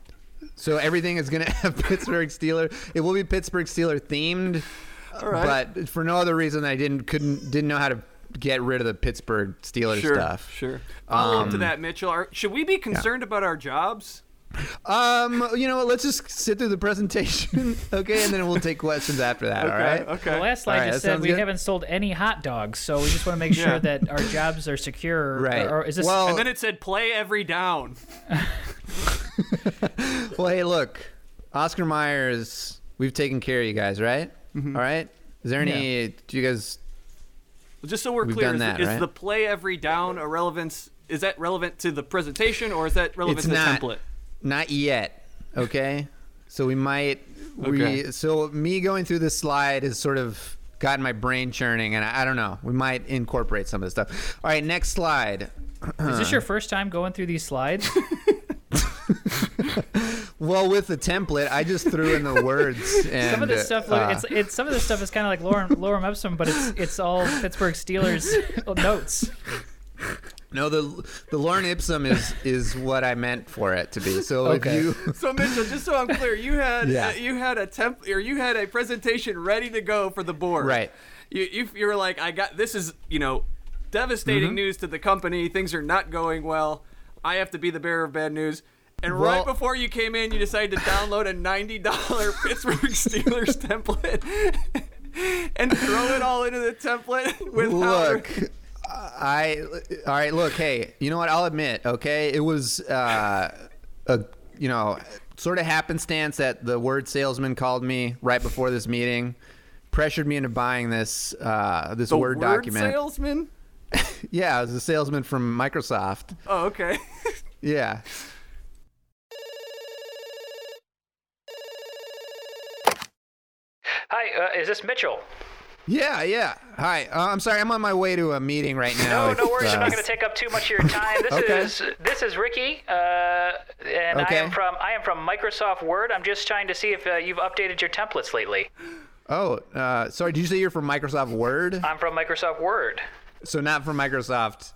[SPEAKER 3] so everything is gonna [LAUGHS] have Pittsburgh Steeler. It will be Pittsburgh Steeler themed,
[SPEAKER 2] right.
[SPEAKER 3] but for no other reason, I didn't couldn't didn't know how to get rid of the Pittsburgh Steeler
[SPEAKER 2] sure,
[SPEAKER 3] stuff.
[SPEAKER 2] sure. Follow up to that, Mitchell. Are, should we be concerned about our jobs?
[SPEAKER 3] Um, you know what? Let's just sit through the presentation, [LAUGHS] okay, and then we'll take questions after that. All right.
[SPEAKER 2] Okay.
[SPEAKER 1] The last slide
[SPEAKER 3] All right,
[SPEAKER 1] just
[SPEAKER 3] that
[SPEAKER 1] said
[SPEAKER 3] sounds
[SPEAKER 1] we
[SPEAKER 3] good.
[SPEAKER 1] haven't sold any hot dogs, so we just want to make
[SPEAKER 2] Yeah.
[SPEAKER 1] sure that our jobs are secure.
[SPEAKER 3] Right.
[SPEAKER 1] Or, or is this?
[SPEAKER 3] Well-
[SPEAKER 2] And then it said, "Play every down."
[SPEAKER 3] Well, hey, look, Oscar Myers. We've taken care of you guys, right?
[SPEAKER 2] Mm-hmm.
[SPEAKER 3] All right. Is there any? Do you guys?
[SPEAKER 2] Just so we're
[SPEAKER 3] We've
[SPEAKER 2] clear,
[SPEAKER 3] done
[SPEAKER 2] is,
[SPEAKER 3] that,
[SPEAKER 2] is
[SPEAKER 3] right?
[SPEAKER 2] the play every down a relevance? Is that relevant to the presentation, or is that relevant
[SPEAKER 3] It's
[SPEAKER 2] to the
[SPEAKER 3] not.
[SPEAKER 2] template?
[SPEAKER 3] Not yet. Okay. so we might.
[SPEAKER 2] Okay.
[SPEAKER 3] We, so me going through this slide has sort of gotten my brain churning, and I, I don't know. We might incorporate some of this stuff. All right. Next slide.
[SPEAKER 1] Is this your first time going through these slides?
[SPEAKER 3] Well, with the template, I just threw
[SPEAKER 2] [LAUGHS]
[SPEAKER 3] in the words. And,
[SPEAKER 1] some of this stuff,
[SPEAKER 3] uh,
[SPEAKER 1] look it's, it's some of this stuff is kind of like Lorem Lorem Ipsum, but it's it's all Pittsburgh Steelers notes.
[SPEAKER 3] No, the the Lorne Ipsum is is what I meant for it to be. So
[SPEAKER 1] Okay. [LAUGHS]
[SPEAKER 3] if you
[SPEAKER 2] So Mitchell, just so I'm clear, you had
[SPEAKER 3] Yeah.
[SPEAKER 2] uh, you had a temp or you had a presentation ready to go for the board.
[SPEAKER 3] Right.
[SPEAKER 2] You you, you were like, I got this is you know devastating
[SPEAKER 3] Mm-hmm.
[SPEAKER 2] news to the company. Things are not going well. I have to be the bearer of bad news. And right
[SPEAKER 3] Well-
[SPEAKER 2] before you came in, you decided to download a ninety
[SPEAKER 3] [LAUGHS]
[SPEAKER 2] dollar Pittsburgh Steelers template [LAUGHS] and throw it all into the template with
[SPEAKER 3] look, I all right. Look, hey, you know what? I'll admit. Okay, it was uh, a you know sort of happenstance that the word salesman called me right before this meeting, pressured me into buying this uh, this
[SPEAKER 2] the
[SPEAKER 3] word, document.
[SPEAKER 2] salesman.
[SPEAKER 3] Yeah, it was a salesman from Microsoft.
[SPEAKER 2] Oh, okay.
[SPEAKER 3] Yeah.
[SPEAKER 1] Hi, uh, is this Mitchell?
[SPEAKER 3] Yeah, yeah. Hi. Uh, I'm sorry. I'm on my way to a meeting right
[SPEAKER 1] [LAUGHS] No,
[SPEAKER 3] now.
[SPEAKER 1] no
[SPEAKER 3] It's,
[SPEAKER 1] worries. I'm
[SPEAKER 3] uh,
[SPEAKER 1] not going to take up too much of your time. This
[SPEAKER 3] [LAUGHS] Okay.
[SPEAKER 1] is this is Ricky, uh, and I am
[SPEAKER 3] Okay.
[SPEAKER 1] from I am from Microsoft Word. I'm just trying to see if uh, you've updated your templates lately.
[SPEAKER 3] Oh, uh, sorry. Did you say you're from Microsoft Word?
[SPEAKER 1] I'm from Microsoft Word.
[SPEAKER 3] So not from
[SPEAKER 1] [LAUGHS]
[SPEAKER 3] Microsoft.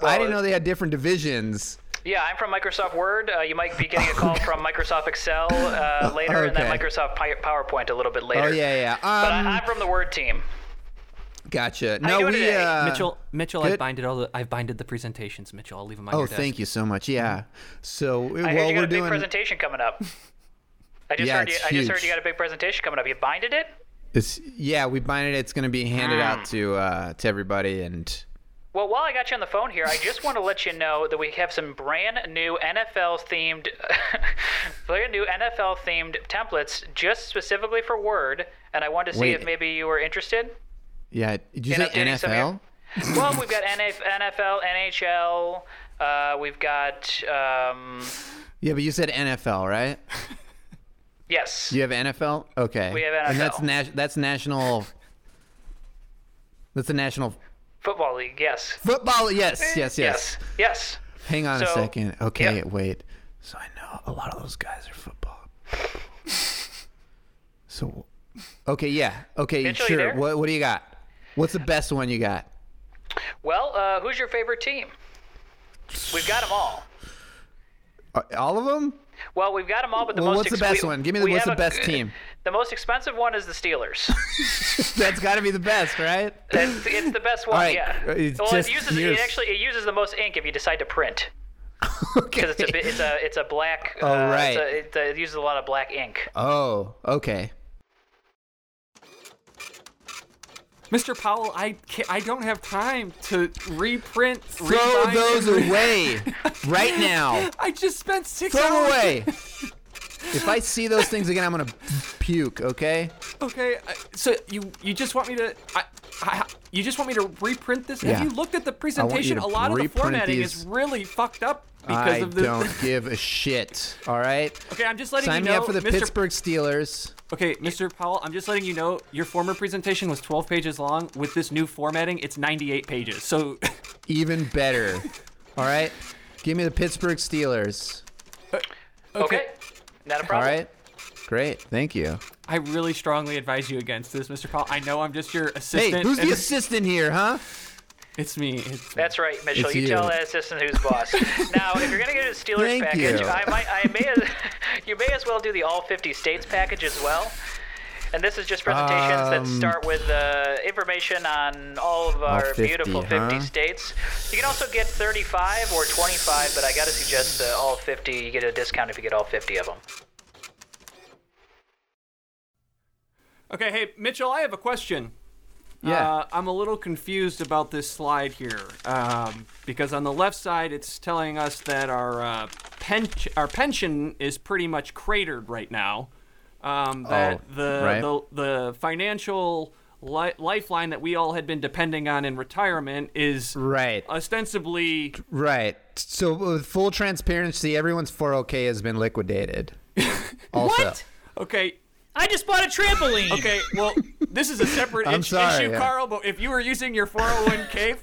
[SPEAKER 3] I didn't know they had different divisions.
[SPEAKER 1] Yeah, I'm from Microsoft Word. Uh, you might be getting a
[SPEAKER 3] [LAUGHS]
[SPEAKER 1] call from Microsoft Excel uh, later, and then
[SPEAKER 3] Okay.
[SPEAKER 1] Microsoft Pi- PowerPoint a little bit later.
[SPEAKER 3] Oh yeah,
[SPEAKER 1] But
[SPEAKER 3] yeah. Um,
[SPEAKER 1] I, I'm from the Word team.
[SPEAKER 3] gotcha.
[SPEAKER 1] you
[SPEAKER 3] No,
[SPEAKER 1] doing
[SPEAKER 3] we.
[SPEAKER 1] today?
[SPEAKER 3] Uh,
[SPEAKER 2] Mitchell, Mitchell,
[SPEAKER 3] good.
[SPEAKER 2] I've binded all the I've binded the presentations. Mitchell, I'll leave them on
[SPEAKER 3] Oh,
[SPEAKER 2] your desk.
[SPEAKER 3] thank you so much. Yeah. So
[SPEAKER 1] Mm-hmm. I
[SPEAKER 3] well,
[SPEAKER 1] heard you got
[SPEAKER 3] we're
[SPEAKER 1] a big
[SPEAKER 3] doing.
[SPEAKER 1] presentation coming
[SPEAKER 3] [LAUGHS]
[SPEAKER 1] up. I just
[SPEAKER 3] Yeah,
[SPEAKER 1] heard you.
[SPEAKER 3] it's
[SPEAKER 1] I just heard
[SPEAKER 3] huge.
[SPEAKER 1] you got a big presentation coming up. You binded it?
[SPEAKER 3] It's, yeah, we binded it. It's going to be handed
[SPEAKER 1] Mm.
[SPEAKER 3] out to uh, to everybody, and
[SPEAKER 1] Well, while I got you on the phone here, I just want to let you know that we have some brand new NFL themed, [LAUGHS] brand new NFL themed templates just specifically for Word, and I wanted to see
[SPEAKER 3] Wait.
[SPEAKER 1] if maybe you were interested.
[SPEAKER 3] yeah. Did you
[SPEAKER 1] In
[SPEAKER 3] say
[SPEAKER 1] updating some of your-
[SPEAKER 3] NFL?
[SPEAKER 1] well, we've got NF, NFL, NHL. Uh, we've got um,
[SPEAKER 3] Yeah, but you said NFL, right?
[SPEAKER 1] yes.
[SPEAKER 3] Do you have NFL? Okay.
[SPEAKER 1] We have
[SPEAKER 3] And that's
[SPEAKER 1] NFL.
[SPEAKER 3] nas- that's national. That's the national
[SPEAKER 1] Football league. Yes.
[SPEAKER 3] football. Yes, yes, yes.
[SPEAKER 1] Yes. Yes.
[SPEAKER 3] Hang on a
[SPEAKER 1] So-
[SPEAKER 3] second. Okay,
[SPEAKER 1] Yep.
[SPEAKER 3] wait. So I know a lot of those guys are football. [LAUGHS] so, okay, yeah, okay,
[SPEAKER 1] Mitchell, you
[SPEAKER 3] sure.
[SPEAKER 1] there?
[SPEAKER 3] What what do you got? What's the best one you got?
[SPEAKER 1] Well, uh, who's your favorite team? We've got them all.
[SPEAKER 3] Uh, All of them?
[SPEAKER 1] Well, we've got them all, but the
[SPEAKER 3] Well,
[SPEAKER 1] most
[SPEAKER 3] what's the
[SPEAKER 1] ex-
[SPEAKER 3] best
[SPEAKER 1] we-
[SPEAKER 3] one? Give me the-
[SPEAKER 1] we
[SPEAKER 3] what's
[SPEAKER 1] have
[SPEAKER 3] the
[SPEAKER 1] a-
[SPEAKER 3] best team? [LAUGHS]
[SPEAKER 1] The most expensive one is the Steelers.
[SPEAKER 3] That's got to be the best, right?
[SPEAKER 1] [LAUGHS] That's, it's the best one,
[SPEAKER 3] All right,
[SPEAKER 1] yeah.
[SPEAKER 3] uh, it's
[SPEAKER 1] well,
[SPEAKER 3] just
[SPEAKER 1] it uses
[SPEAKER 3] years.
[SPEAKER 1] it actually it uses the most ink if you decide to print
[SPEAKER 3] okay.
[SPEAKER 1] because it's a bi- it's a it's a black.
[SPEAKER 3] Oh,
[SPEAKER 1] uh,
[SPEAKER 3] right.
[SPEAKER 1] It's a, it's a, it uses a lot of black ink.
[SPEAKER 3] oh, okay.
[SPEAKER 2] Mr. Powell, I can't, I don't have time to reprint.
[SPEAKER 3] Throw
[SPEAKER 2] rebind,
[SPEAKER 3] those
[SPEAKER 2] and re-
[SPEAKER 1] [LAUGHS]
[SPEAKER 3] away right now.
[SPEAKER 2] I just spent six
[SPEAKER 3] Throw them
[SPEAKER 2] hours.
[SPEAKER 3] away. If I see those things again, I'm gonna puke. Okay.
[SPEAKER 2] Okay, I, so you you just want me to I, I, you just want me to reprint this?
[SPEAKER 3] Yeah.
[SPEAKER 2] Have you looked at the
[SPEAKER 3] want you
[SPEAKER 2] presentation?
[SPEAKER 3] to
[SPEAKER 2] A lot of the
[SPEAKER 3] reprint
[SPEAKER 2] formatting
[SPEAKER 3] these.
[SPEAKER 2] is really fucked up because
[SPEAKER 3] I
[SPEAKER 2] of the.
[SPEAKER 3] don't give a shit. All right.
[SPEAKER 2] [LAUGHS] Okay, I'm just letting
[SPEAKER 3] Sign
[SPEAKER 2] you know,
[SPEAKER 3] me up for the
[SPEAKER 2] Mr.
[SPEAKER 3] Pittsburgh Steelers.
[SPEAKER 2] Okay, Mr. Powell, I'm just letting you know your former presentation was 12 pages long. With this new formatting, it's 98 pages. So, [LAUGHS]
[SPEAKER 3] even better. All right? Give me the Pittsburgh Steelers.
[SPEAKER 1] Okay. Not a
[SPEAKER 3] All
[SPEAKER 1] problem.
[SPEAKER 3] right? Great. Thank you.
[SPEAKER 2] I really strongly advise you against this, Mr. Powell. I know I'm just your
[SPEAKER 3] Hey,
[SPEAKER 2] assistant.
[SPEAKER 3] who's
[SPEAKER 2] and
[SPEAKER 3] the assistant here, huh?
[SPEAKER 2] It's me. It's me.
[SPEAKER 1] That's right, Mitchell.
[SPEAKER 3] It's
[SPEAKER 1] You,
[SPEAKER 3] you.
[SPEAKER 1] tell that assistant who's boss. now, if you're gonna get a Steelers
[SPEAKER 3] Thank
[SPEAKER 1] package,
[SPEAKER 3] you.
[SPEAKER 1] I might, I may, as, [LAUGHS] you may as well do the all 50 states package as well. And this is just presentations that
[SPEAKER 3] Um,
[SPEAKER 1] start with uh, information on all of our
[SPEAKER 3] 50,
[SPEAKER 1] beautiful 50
[SPEAKER 3] huh?
[SPEAKER 1] states. You can also get 35 or 25, but I gotta suggest the all 50. You get a discount if you get all 50 of them.
[SPEAKER 2] Okay, hey, Mitchell, I have a question.
[SPEAKER 3] Yeah.
[SPEAKER 2] Uh, I'm a little confused about this slide here um, because on the left side it's telling us that our uh, pen- our pension is pretty much cratered right now. Um, that
[SPEAKER 3] Oh,
[SPEAKER 2] the,
[SPEAKER 3] right.
[SPEAKER 2] the the financial li- lifeline that we all had been depending on in retirement is
[SPEAKER 3] Right.
[SPEAKER 2] ostensibly
[SPEAKER 3] Right. So, with full transparency, everyone's 4OK has
[SPEAKER 2] [LAUGHS]
[SPEAKER 3] been liquidated. Also.
[SPEAKER 1] What?
[SPEAKER 2] okay.
[SPEAKER 1] I just bought a trampoline.
[SPEAKER 2] Okay, well, this is a separate
[SPEAKER 3] [LAUGHS] I'm
[SPEAKER 2] itch-
[SPEAKER 3] sorry,
[SPEAKER 2] issue,
[SPEAKER 3] yeah.
[SPEAKER 2] Carl. But if you were using your [LAUGHS]
[SPEAKER 3] [LAUGHS]
[SPEAKER 2] 401k,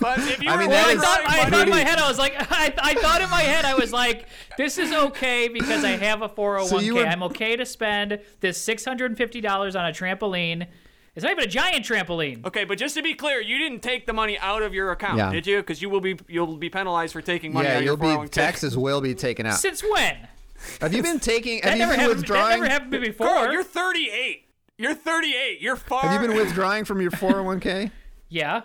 [SPEAKER 2] but if you
[SPEAKER 3] I
[SPEAKER 2] were
[SPEAKER 3] mean, that
[SPEAKER 2] withdrawing
[SPEAKER 3] is-
[SPEAKER 4] thought- I
[SPEAKER 2] money-
[SPEAKER 4] thought in my head I was like [LAUGHS] I, I thought in my head I was like this is okay because I have a 401k.
[SPEAKER 3] So you were-
[SPEAKER 4] I'm okay to spend this $650 on a trampoline. It's not even a giant trampoline.
[SPEAKER 2] Okay, but just to be clear, you didn't take the money out of your account,
[SPEAKER 3] Yeah.
[SPEAKER 2] did you? Because you will be you'll be penalized for taking money
[SPEAKER 3] yeah,
[SPEAKER 2] out
[SPEAKER 3] you'll
[SPEAKER 2] of your 401k.
[SPEAKER 3] be taxes will be taken out.
[SPEAKER 4] Since when?
[SPEAKER 3] Have you been taking? Have you
[SPEAKER 4] That never
[SPEAKER 3] been
[SPEAKER 4] happened. That
[SPEAKER 3] withdrawing?
[SPEAKER 4] never happened to me before.
[SPEAKER 2] Girl, you're 38. You're 38. You're far.
[SPEAKER 3] Have you been withdrawing from your 401k?
[SPEAKER 4] yeah.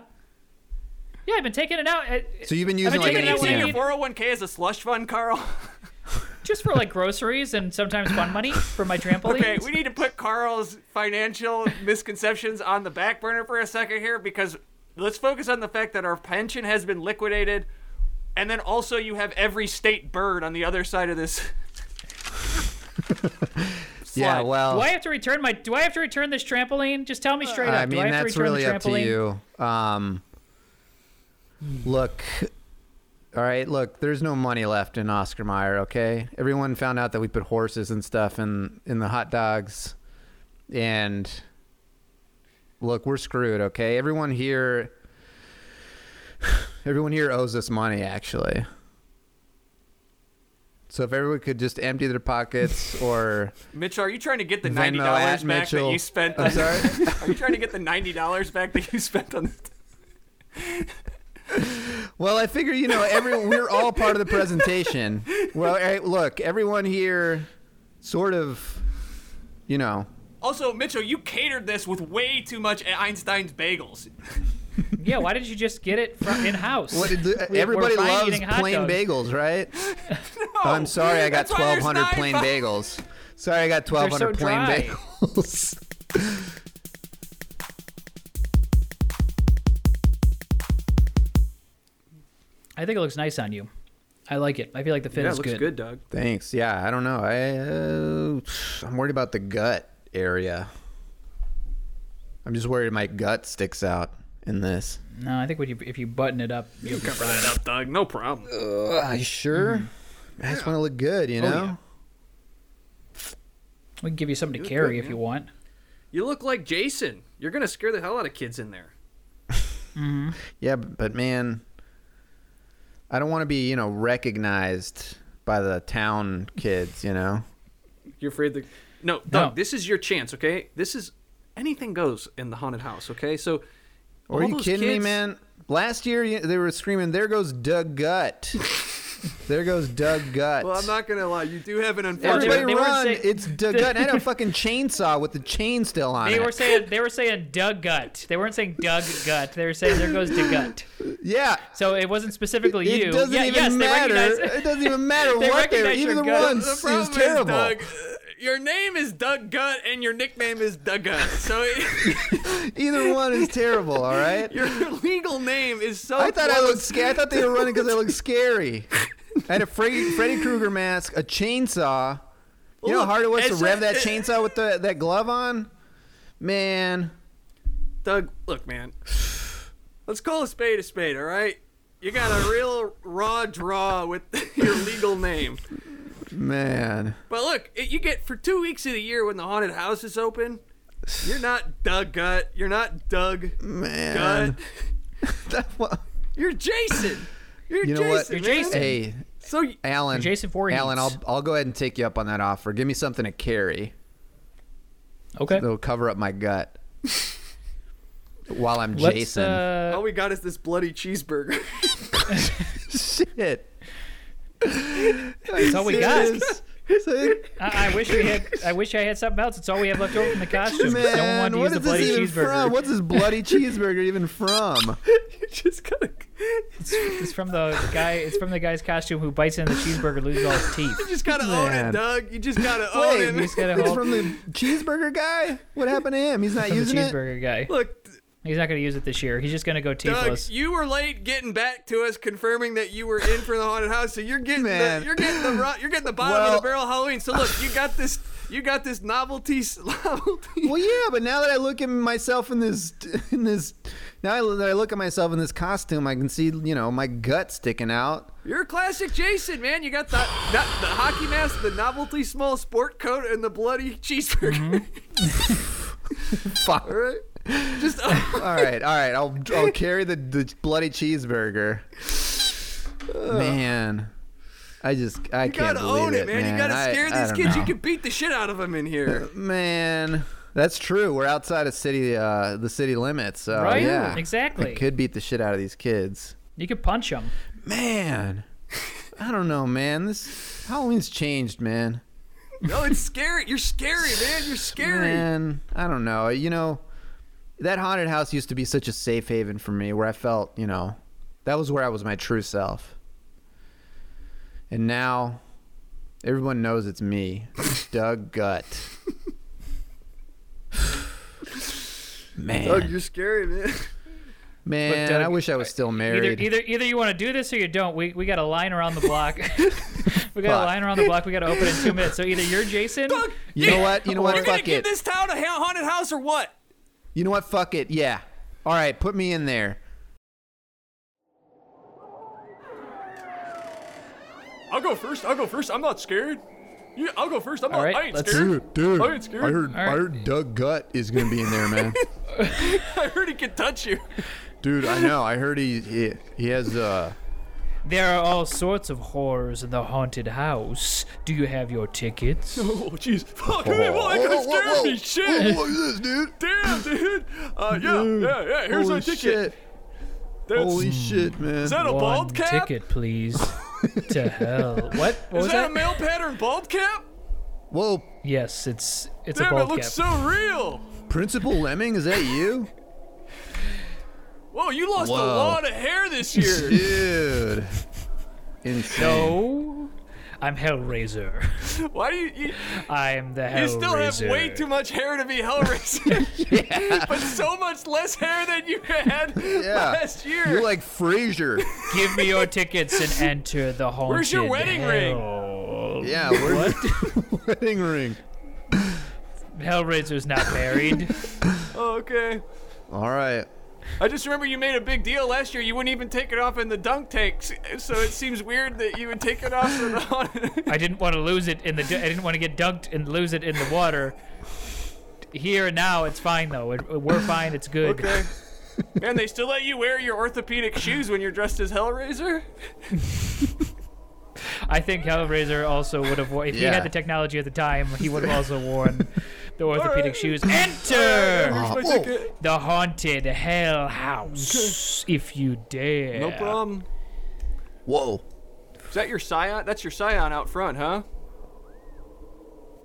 [SPEAKER 4] Yeah, I've been taking it out uh,
[SPEAKER 3] So you've been using like an
[SPEAKER 2] Taking
[SPEAKER 4] taking Yeah,
[SPEAKER 2] out one of
[SPEAKER 4] yeah.
[SPEAKER 2] your
[SPEAKER 3] ATM.
[SPEAKER 2] 401k as a slush fund, Carl. [LAUGHS]
[SPEAKER 4] just for like groceries and sometimes fun money for my
[SPEAKER 2] [LAUGHS]
[SPEAKER 4] trampolines.
[SPEAKER 2] Okay, we need to put Carl's financial misconceptions on the back burner for a second here because let's focus on the fact that our pension has been liquidated, and then also you have every state bird on the other side of this.
[SPEAKER 3] [LAUGHS] Yeah,
[SPEAKER 2] slide.
[SPEAKER 3] well,
[SPEAKER 4] do I have to return my? Do I have to return this trampoline? Just
[SPEAKER 2] Uh,
[SPEAKER 4] tell me straight up.
[SPEAKER 3] Oh. I
[SPEAKER 4] do
[SPEAKER 3] mean
[SPEAKER 4] I have to
[SPEAKER 3] that's
[SPEAKER 4] return
[SPEAKER 3] really
[SPEAKER 4] the
[SPEAKER 3] up to
[SPEAKER 4] trampoline?
[SPEAKER 3] you. Um, look, all right, look, there's no money left in Oscar Mayer. Okay, everyone found out that we put horses and stuff in in the hot dogs, and look, we're screwed. Okay, everyone here. [SIGHS] Everyone here owes us money, actually. So if everyone could just empty their pockets or
[SPEAKER 2] Mitch, are you trying to get the [LAUGHS]
[SPEAKER 3] Venmo
[SPEAKER 2] ninety dollars
[SPEAKER 3] at
[SPEAKER 2] back that
[SPEAKER 3] Mitchell.
[SPEAKER 2] you spent?
[SPEAKER 3] I'm
[SPEAKER 2] On,
[SPEAKER 3] sorry?
[SPEAKER 2] [LAUGHS] Are you trying to get the ninety dollars back that you spent on?
[SPEAKER 3] Well, I figure you know every we're all part of the presentation. Well, hey, look, everyone here, sort of, you know,
[SPEAKER 2] Also, Mitchell, you catered this with way too much Einstein's bagels.
[SPEAKER 4] Yeah, why didn't you just get it from in house?
[SPEAKER 3] what,
[SPEAKER 2] [LAUGHS]
[SPEAKER 3] everybody loves plain bagels, right? Oh, I'm sorry, I got
[SPEAKER 2] that's why there's
[SPEAKER 3] 1,200 plain
[SPEAKER 2] nine
[SPEAKER 3] bagels. Sorry, I got 1,200
[SPEAKER 4] so
[SPEAKER 3] plain
[SPEAKER 4] dry.
[SPEAKER 3] bagels. [LAUGHS]
[SPEAKER 4] I think it looks nice on you. I like it. I feel like the fit is good.
[SPEAKER 2] Doug.
[SPEAKER 3] Thanks. Yeah, I don't know. I uh, I'm worried about the gut area. I'm just worried my gut sticks out in this.
[SPEAKER 4] No, I think when you, if you button it up, you'll be fine.
[SPEAKER 2] Right up, Doug. No problem.
[SPEAKER 3] Ugh, I sure. I just want to look good, you know.
[SPEAKER 2] Mm. Oh, yeah.
[SPEAKER 4] we can give you something to
[SPEAKER 2] You're
[SPEAKER 4] carry
[SPEAKER 2] good,
[SPEAKER 4] if
[SPEAKER 2] man.
[SPEAKER 4] you want.
[SPEAKER 2] You look like Jason. You're gonna scare the hell out of kids in there.
[SPEAKER 3] Yeah, b- but man, I don't want to be, you know, recognized by the town kids, you know?
[SPEAKER 2] You're afraid that. No, Doug.
[SPEAKER 4] No.
[SPEAKER 2] This is your chance. Okay. This is anything goes in the haunted house. Okay. So.
[SPEAKER 3] Or are
[SPEAKER 2] all
[SPEAKER 3] you
[SPEAKER 2] those
[SPEAKER 3] kidding me,
[SPEAKER 2] kids-
[SPEAKER 3] man? Last year you- they were screaming, "There goes Doug
[SPEAKER 4] [LAUGHS]
[SPEAKER 3] Gut." there goes Doug Gut.
[SPEAKER 2] Well, I'm not gonna lie. You do have an unfortunate.
[SPEAKER 3] Everybody
[SPEAKER 4] they weren't
[SPEAKER 3] run.
[SPEAKER 4] say-
[SPEAKER 3] it's Doug Gut. And I had a fucking chainsaw with the chain still on
[SPEAKER 4] They
[SPEAKER 3] it.
[SPEAKER 4] were saying they were saying Doug Gut. They weren't saying Doug Gut. They were saying there goes to Gut.
[SPEAKER 3] [LAUGHS] yeah.
[SPEAKER 4] So it wasn't specifically
[SPEAKER 3] It
[SPEAKER 4] you.
[SPEAKER 3] doesn't
[SPEAKER 4] Yeah,
[SPEAKER 3] even
[SPEAKER 4] yes,
[SPEAKER 3] matter.
[SPEAKER 4] They recognize,
[SPEAKER 3] [LAUGHS] It doesn't even matter
[SPEAKER 4] [LAUGHS] They
[SPEAKER 3] what they were.
[SPEAKER 4] recognize your
[SPEAKER 3] Either
[SPEAKER 4] gut.
[SPEAKER 3] one
[SPEAKER 2] The
[SPEAKER 3] it
[SPEAKER 2] problem
[SPEAKER 3] was
[SPEAKER 2] is,
[SPEAKER 3] terrible.
[SPEAKER 2] Doug, uh, your name is Doug Gut and your nickname is Doug Gut. So [LAUGHS]
[SPEAKER 3] Either one is terrible. All
[SPEAKER 4] [LAUGHS]
[SPEAKER 3] right.
[SPEAKER 2] your legal name is so.
[SPEAKER 3] I thought I
[SPEAKER 2] close.
[SPEAKER 3] looked scary. I thought they were running because I
[SPEAKER 2] [LAUGHS]
[SPEAKER 3] looked scary. I had a Freddy, Freddy Krueger mask, a chainsaw. You know how
[SPEAKER 2] Look,
[SPEAKER 3] hard it was to
[SPEAKER 2] it's
[SPEAKER 3] rev
[SPEAKER 2] a-
[SPEAKER 3] that chainsaw with the, that glove on? Man.
[SPEAKER 2] Doug, look, man. Let's call a spade a spade, all right? You got a real raw draw with [LAUGHS] your legal name.
[SPEAKER 3] Man.
[SPEAKER 2] But look, it, you get for two weeks of the year when the haunted house is open, you're not Doug Gut. You're not Doug Gut.
[SPEAKER 3] Man. [LAUGHS] That wa-
[SPEAKER 2] You're Jason. You're
[SPEAKER 3] You know
[SPEAKER 2] Jason.
[SPEAKER 3] what?
[SPEAKER 2] man.
[SPEAKER 4] You're Jason.
[SPEAKER 3] Hey,
[SPEAKER 2] So y-
[SPEAKER 3] Alan.
[SPEAKER 4] Jason Voorhees.
[SPEAKER 3] Alan, I'll, I'll go ahead and take you up on that offer. Give me something to carry
[SPEAKER 4] okay.
[SPEAKER 3] that'll cover up my gut while I'm
[SPEAKER 4] Let's,
[SPEAKER 3] Jason.
[SPEAKER 4] uh,
[SPEAKER 2] all we got is this bloody cheeseburger. [LAUGHS]
[SPEAKER 3] Shit.
[SPEAKER 4] That's all we got.
[SPEAKER 3] Serious?
[SPEAKER 4] I, I wish we had. I wish I had something else. It's all we have left over from the costume. Someone
[SPEAKER 3] Man,
[SPEAKER 4] wanted to
[SPEAKER 3] what
[SPEAKER 4] use
[SPEAKER 3] is
[SPEAKER 4] the
[SPEAKER 3] this
[SPEAKER 4] bloody
[SPEAKER 3] even
[SPEAKER 4] cheeseburger.
[SPEAKER 3] from? What's this bloody
[SPEAKER 4] [LAUGHS]
[SPEAKER 3] cheeseburger even from?
[SPEAKER 2] you just gotta.
[SPEAKER 4] It's from the guy. It's from the guy's costume who bites into the cheeseburger, loses all his
[SPEAKER 2] You
[SPEAKER 4] teeth.
[SPEAKER 2] just gotta own it,
[SPEAKER 3] Man.
[SPEAKER 2] Doug. You just gotta
[SPEAKER 3] [LAUGHS]
[SPEAKER 2] own
[SPEAKER 3] Wait,
[SPEAKER 2] it.
[SPEAKER 4] he's got a
[SPEAKER 3] it's
[SPEAKER 4] whole-
[SPEAKER 3] from the cheeseburger guy. What happened to him? He's not
[SPEAKER 4] From the
[SPEAKER 3] using it.
[SPEAKER 4] cheeseburger guy.
[SPEAKER 2] Look,
[SPEAKER 4] He's not going to use it this year. He's just going to go
[SPEAKER 2] Doug,
[SPEAKER 4] teethless.
[SPEAKER 2] you were late getting back to us, confirming that you were in for the haunted house. So you're getting the,
[SPEAKER 3] Man.
[SPEAKER 2] you're getting the ro- you're getting the bottom of
[SPEAKER 3] Well-
[SPEAKER 2] the barrel Halloween. So look, you got this you got this novelty s- [LAUGHS] novelty.
[SPEAKER 3] Well, yeah, but now that I look at myself in this, in this, now that I look at myself in this costume, I can see you know my gut sticking out.
[SPEAKER 2] You're a classic Jason, man. You got the that, the hockey mask, the novelty small sport coat, and the bloody cheeseburger.
[SPEAKER 3] Mm-hmm. Fuck.
[SPEAKER 2] All right, [LAUGHS] just oh,
[SPEAKER 3] All right, all right. I'll I'll carry the, the bloody cheeseburger. Man, I just
[SPEAKER 2] [LAUGHS]
[SPEAKER 3] I
[SPEAKER 2] you
[SPEAKER 3] can't
[SPEAKER 2] gotta
[SPEAKER 3] believe
[SPEAKER 2] own it, man. You gotta
[SPEAKER 3] I-
[SPEAKER 2] scare
[SPEAKER 3] I
[SPEAKER 2] these
[SPEAKER 3] don't
[SPEAKER 2] kids. You
[SPEAKER 3] know. [LAUGHS]
[SPEAKER 2] can beat the shit out of them in here.
[SPEAKER 3] Man, That's true. We're outside of city, uh, the city limits. So,
[SPEAKER 4] Right?
[SPEAKER 3] Yeah,
[SPEAKER 4] Exactly.
[SPEAKER 3] I could beat the shit out of these kids.
[SPEAKER 4] You could punch them. [LAUGHS]
[SPEAKER 3] Man, I don't know, man. This Halloween's changed, man.
[SPEAKER 2] No, it's scary. You're scary, man. You're scary.
[SPEAKER 3] Man, I don't know. You know, that haunted house used to be such a safe haven for me, where I felt, you know, that was where I was my true self. And now, everyone knows it's
[SPEAKER 4] [LAUGHS]
[SPEAKER 3] me, Doug Gut. man,
[SPEAKER 2] Doug, you're scary, man. [LAUGHS]
[SPEAKER 3] man,
[SPEAKER 4] Doug,
[SPEAKER 3] I wish I was still
[SPEAKER 4] Either,
[SPEAKER 3] married.
[SPEAKER 4] either either you want to do this or you don't. We, we got a line around the block. [LAUGHS] we got a
[SPEAKER 3] Fuck.
[SPEAKER 4] line around the block. We got to open in two minutes. So either you're Jason.
[SPEAKER 2] Doug,
[SPEAKER 3] You know what? You know what?
[SPEAKER 2] You're
[SPEAKER 3] Fuck
[SPEAKER 2] gonna give
[SPEAKER 3] it.
[SPEAKER 2] this town a ha- haunted house or what?
[SPEAKER 3] You know what? Fuck it. Yeah. All right, put me in there.
[SPEAKER 2] I'll go first. I'll go first. I'm not scared. You, I'll go first. I'm
[SPEAKER 4] All right, let's-
[SPEAKER 3] dude.
[SPEAKER 2] I ain't scared.
[SPEAKER 3] heard,
[SPEAKER 4] right.
[SPEAKER 3] heard Doug Gut is gonna be in there,
[SPEAKER 4] [LAUGHS]
[SPEAKER 3] man.
[SPEAKER 2] [LAUGHS] I heard he could touch you.
[SPEAKER 3] dude, I know. I heard he he, he has uh.
[SPEAKER 4] There are all sorts of horrors in the haunted house. Do you have your tickets?
[SPEAKER 2] Oh, jeez. Fuck, man, well, that could have scared me. Shit.
[SPEAKER 3] look at this, dude.
[SPEAKER 2] Damn, dude. Uh, yeah, yeah, yeah. Here's
[SPEAKER 3] Holy
[SPEAKER 2] my ticket.
[SPEAKER 3] Shit.
[SPEAKER 2] That's-
[SPEAKER 3] Holy shit, man.
[SPEAKER 2] is that a [LAUGHS]
[SPEAKER 4] One
[SPEAKER 2] bald cap?
[SPEAKER 4] ticket,
[SPEAKER 2] [LAUGHS]
[SPEAKER 4] please. to hell. What? What was
[SPEAKER 2] Is that, a male pattern bald cap?
[SPEAKER 3] Whoa,
[SPEAKER 4] Yes, it's it's a
[SPEAKER 2] Damn,
[SPEAKER 4] bald
[SPEAKER 2] it looks
[SPEAKER 4] cap.
[SPEAKER 2] so real.
[SPEAKER 3] Principal Lemming, is that you?
[SPEAKER 2] Whoa, you lost a
[SPEAKER 3] Whoa.
[SPEAKER 2] lot of hair this
[SPEAKER 3] [LAUGHS]
[SPEAKER 2] year.
[SPEAKER 3] dude. Insane.
[SPEAKER 4] no, Oh, I'm Hellraiser.
[SPEAKER 2] Why do you? You,
[SPEAKER 4] I'm the Hellraiser.
[SPEAKER 2] you still have way too much hair to be
[SPEAKER 3] [LAUGHS]
[SPEAKER 2] Hellraiser, but so much less hair than you had
[SPEAKER 3] Yeah.
[SPEAKER 2] last year.
[SPEAKER 3] You're like Frasier.
[SPEAKER 4] Give
[SPEAKER 2] [LAUGHS]
[SPEAKER 4] me your tickets and enter the haunted.
[SPEAKER 2] Where's your wedding ring?
[SPEAKER 4] ring?
[SPEAKER 3] Yeah, where's your [LAUGHS] wedding ring?
[SPEAKER 2] [LAUGHS]
[SPEAKER 4] Hellraiser's not married.
[SPEAKER 2] oh, okay.
[SPEAKER 3] All right.
[SPEAKER 2] I just remember you made a big deal last year. You wouldn't even take it off in the dunk tanks, so it seems weird that you would take it off in the.
[SPEAKER 4] I didn't want to lose it in the. I didn't want to get dunked and lose it in the water. Here and now, it's fine though. It- We're fine. It's
[SPEAKER 2] [LAUGHS]
[SPEAKER 4] good.
[SPEAKER 2] okay. Man, they still let you wear your orthopedic shoes when you're dressed as Hellraiser.
[SPEAKER 4] I think Hellraiser also would have worn. If he
[SPEAKER 3] Yeah.
[SPEAKER 4] had the technology at the time, he would have also
[SPEAKER 2] [LAUGHS]
[SPEAKER 4] worn the orthopedic
[SPEAKER 2] right.
[SPEAKER 4] shoes.
[SPEAKER 2] Here's [LAUGHS]
[SPEAKER 4] Enter
[SPEAKER 2] my
[SPEAKER 3] whoa.
[SPEAKER 2] ticket.
[SPEAKER 4] the haunted hell house, if you dare.
[SPEAKER 2] No problem.
[SPEAKER 3] Whoa.
[SPEAKER 2] Is that your scion? That's your scion out front, huh?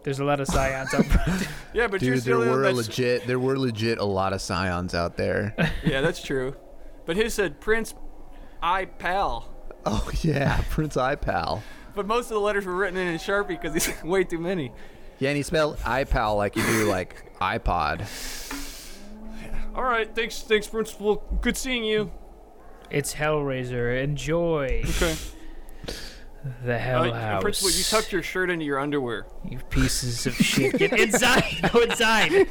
[SPEAKER 4] There's a lot of scions up front.
[SPEAKER 2] Yeah, but you're
[SPEAKER 3] Dude, there
[SPEAKER 2] still in
[SPEAKER 3] were
[SPEAKER 2] that's,
[SPEAKER 3] legit there were legit a lot of scions
[SPEAKER 2] [LAUGHS]
[SPEAKER 3] out there.
[SPEAKER 2] Yeah, that's true. But his said Prince I Pal.
[SPEAKER 3] Oh yeah, Prince iPal.
[SPEAKER 2] But most of the letters were written in his Sharpie because he's [LAUGHS] way too many.
[SPEAKER 3] Yeah, and he spelled iPal like you do like iPod.
[SPEAKER 2] All right, thanks, thanks, Principal. Good seeing you.
[SPEAKER 4] [LAUGHS] It's Hellraiser. Enjoy
[SPEAKER 2] Okay.
[SPEAKER 4] the
[SPEAKER 2] Uh,
[SPEAKER 4] hell house.
[SPEAKER 2] Principal, you tucked your shirt into your underwear.
[SPEAKER 4] You pieces of [LAUGHS] shit. Get inside. Go inside.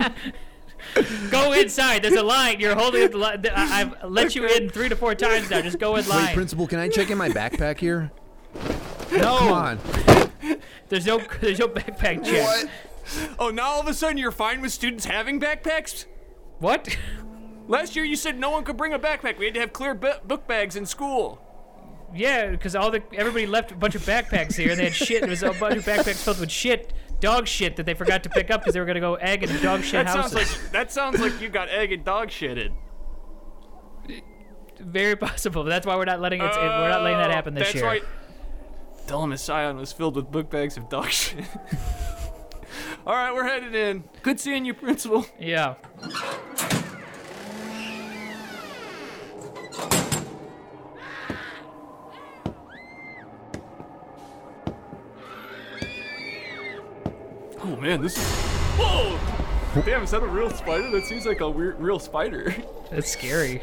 [SPEAKER 4] Go inside. There's a line. You're holding up the line. I- I've let you in three to four times now. Just go in
[SPEAKER 3] Wait,
[SPEAKER 4] line.
[SPEAKER 3] Principal, can I check
[SPEAKER 1] [LAUGHS]
[SPEAKER 3] in my backpack here?
[SPEAKER 4] no.
[SPEAKER 3] Come on.
[SPEAKER 4] There's no. There's no backpack check.
[SPEAKER 2] Oh, now all of a sudden you're fine with students having backpacks?
[SPEAKER 4] What?
[SPEAKER 2] Last year you said no one could bring a backpack. We had to have clear bu- book bags in school.
[SPEAKER 4] Yeah, because all the everybody left a bunch of backpacks here, and they had shit. It was a bunch of backpacks filled with shit, dog shit that they forgot to pick up because they were gonna go egg and dog shit
[SPEAKER 2] That
[SPEAKER 4] houses.
[SPEAKER 2] sounds like that sounds like you got egg and dog shitted.
[SPEAKER 4] Very possible. But [LAUGHS] that's why we're not letting it. we're not letting that
[SPEAKER 2] Oh,
[SPEAKER 4] happen this
[SPEAKER 2] that's
[SPEAKER 4] year.
[SPEAKER 2] Right. Dylan Scion was filled with book bags of dog [LAUGHS] shit. All right, we're headed in. Good seeing you, Principal.
[SPEAKER 4] Yeah.
[SPEAKER 2] Oh man, this is. Whoa! Damn, is that a real spider? That seems like a weird, real spider. [LAUGHS]
[SPEAKER 4] That's scary.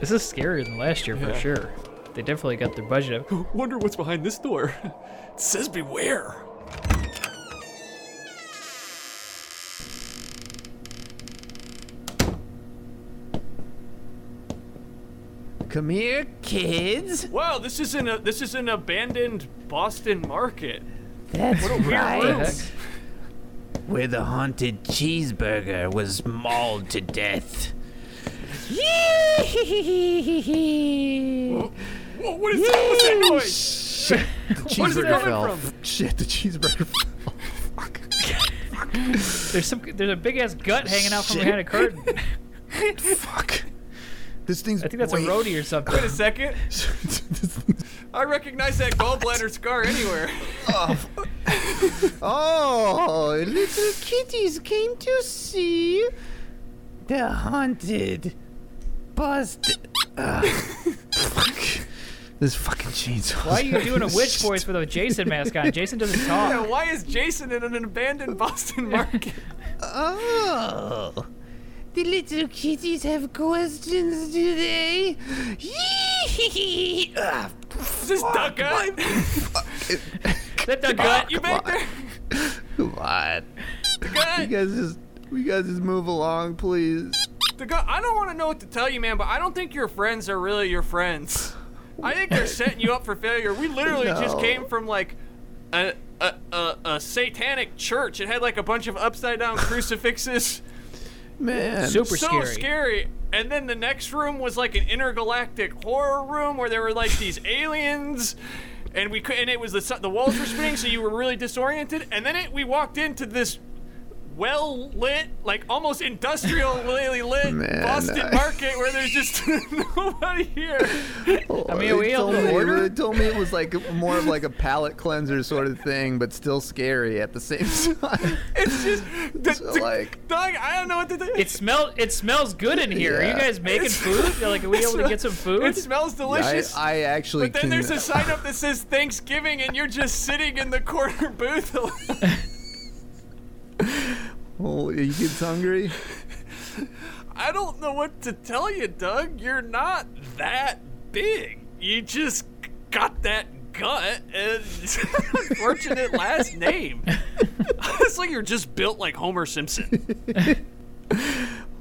[SPEAKER 4] this is scarier than last year for
[SPEAKER 2] Yeah.
[SPEAKER 4] sure. They definitely got their budget up.
[SPEAKER 2] Wonder what's behind this door. [LAUGHS] It says beware.
[SPEAKER 3] Come here, kids.
[SPEAKER 2] Wow, this is in a this is an abandoned Boston market.
[SPEAKER 3] That's
[SPEAKER 2] right.
[SPEAKER 4] What the heck?
[SPEAKER 3] Where the haunted cheeseburger was mauled to death.
[SPEAKER 2] Whoa, what is that? What's that noise?
[SPEAKER 3] Shit, the cheeseburger
[SPEAKER 2] coming
[SPEAKER 3] fell.
[SPEAKER 1] [LAUGHS]
[SPEAKER 2] from?
[SPEAKER 3] Shit, the cheeseburger fell.
[SPEAKER 1] There's some. There's a big ass gut hanging out from behind a curtain.
[SPEAKER 3] Fuck. This thing's.
[SPEAKER 1] I think that's
[SPEAKER 3] way-
[SPEAKER 1] a
[SPEAKER 3] [LAUGHS]
[SPEAKER 1] roadie or something.
[SPEAKER 2] Wait a second. I recognize that gallbladder scar anywhere.
[SPEAKER 3] [LAUGHS] Oh, little kitties came to see the hunted,
[SPEAKER 1] [LAUGHS]
[SPEAKER 3] buzzed. Ugh. Fuck. This fucking chainsaw.
[SPEAKER 1] Why are you doing a witch voice with a Jason mask on? Jason
[SPEAKER 2] [LAUGHS]
[SPEAKER 1] doesn't
[SPEAKER 2] Yeah,
[SPEAKER 1] talk.
[SPEAKER 2] why is Jason in an abandoned
[SPEAKER 3] [LAUGHS]
[SPEAKER 2] Boston market?
[SPEAKER 3] Oh, the little kitties have questions today. Yee Ah,
[SPEAKER 2] Is this duck gut?
[SPEAKER 1] That the
[SPEAKER 2] Gut,
[SPEAKER 1] gut.
[SPEAKER 2] you back there? [LAUGHS]
[SPEAKER 3] Come on,
[SPEAKER 2] The gut.
[SPEAKER 3] you guys just, you guys just move along, please.
[SPEAKER 2] The guy, I don't want to know what to tell you, man, but I don't think your friends are really your friends. I think they're setting you up for failure. We
[SPEAKER 3] [LAUGHS]
[SPEAKER 2] literally just
[SPEAKER 3] No.
[SPEAKER 2] came from like a, a, a, a satanic church. It had like a bunch of upside
[SPEAKER 3] [LAUGHS]
[SPEAKER 2] down crucifixes.
[SPEAKER 3] Man,
[SPEAKER 1] Super
[SPEAKER 2] so
[SPEAKER 1] scary.
[SPEAKER 2] And then the next room was like an intergalactic horror room where there were like these aliens. And we could, and it was the su- the walls were spinning, so you were really disoriented. And then it, we walked into this well lit, like almost
[SPEAKER 3] [LAUGHS]
[SPEAKER 2] industrially lit
[SPEAKER 3] Man,
[SPEAKER 2] Boston
[SPEAKER 3] I-
[SPEAKER 2] market where there's just [LAUGHS] nobody here.
[SPEAKER 1] I mean, are
[SPEAKER 3] They
[SPEAKER 1] we able
[SPEAKER 3] told
[SPEAKER 1] to
[SPEAKER 3] me-
[SPEAKER 1] order?
[SPEAKER 3] They told me it was like more of like a palate cleanser sort of thing, but still scary at the same [LAUGHS] time.
[SPEAKER 2] It's
[SPEAKER 3] [LAUGHS]
[SPEAKER 2] just the,
[SPEAKER 3] So,
[SPEAKER 2] the-
[SPEAKER 3] like-
[SPEAKER 2] Doug. I don't know what to do.
[SPEAKER 1] It smell. It smells good in here. Are you
[SPEAKER 3] Yeah.
[SPEAKER 1] guys making food? You're like, are we
[SPEAKER 2] it
[SPEAKER 1] able to
[SPEAKER 2] smell- [LAUGHS]
[SPEAKER 1] get some
[SPEAKER 2] it
[SPEAKER 1] food?
[SPEAKER 2] smells
[SPEAKER 3] I,
[SPEAKER 2] delicious.
[SPEAKER 3] I actually
[SPEAKER 2] But then
[SPEAKER 3] can,
[SPEAKER 2] there's a sign up that says Thanksgiving, and you're just sitting in the corner [LAUGHS] booth.
[SPEAKER 3] Oh, you kids hungry?
[SPEAKER 2] I don't know what to tell you, Doug. You're not that big. You just got that gut and [LAUGHS] unfortunate last name. [LAUGHS] Honestly, you're just built like Homer Simpson.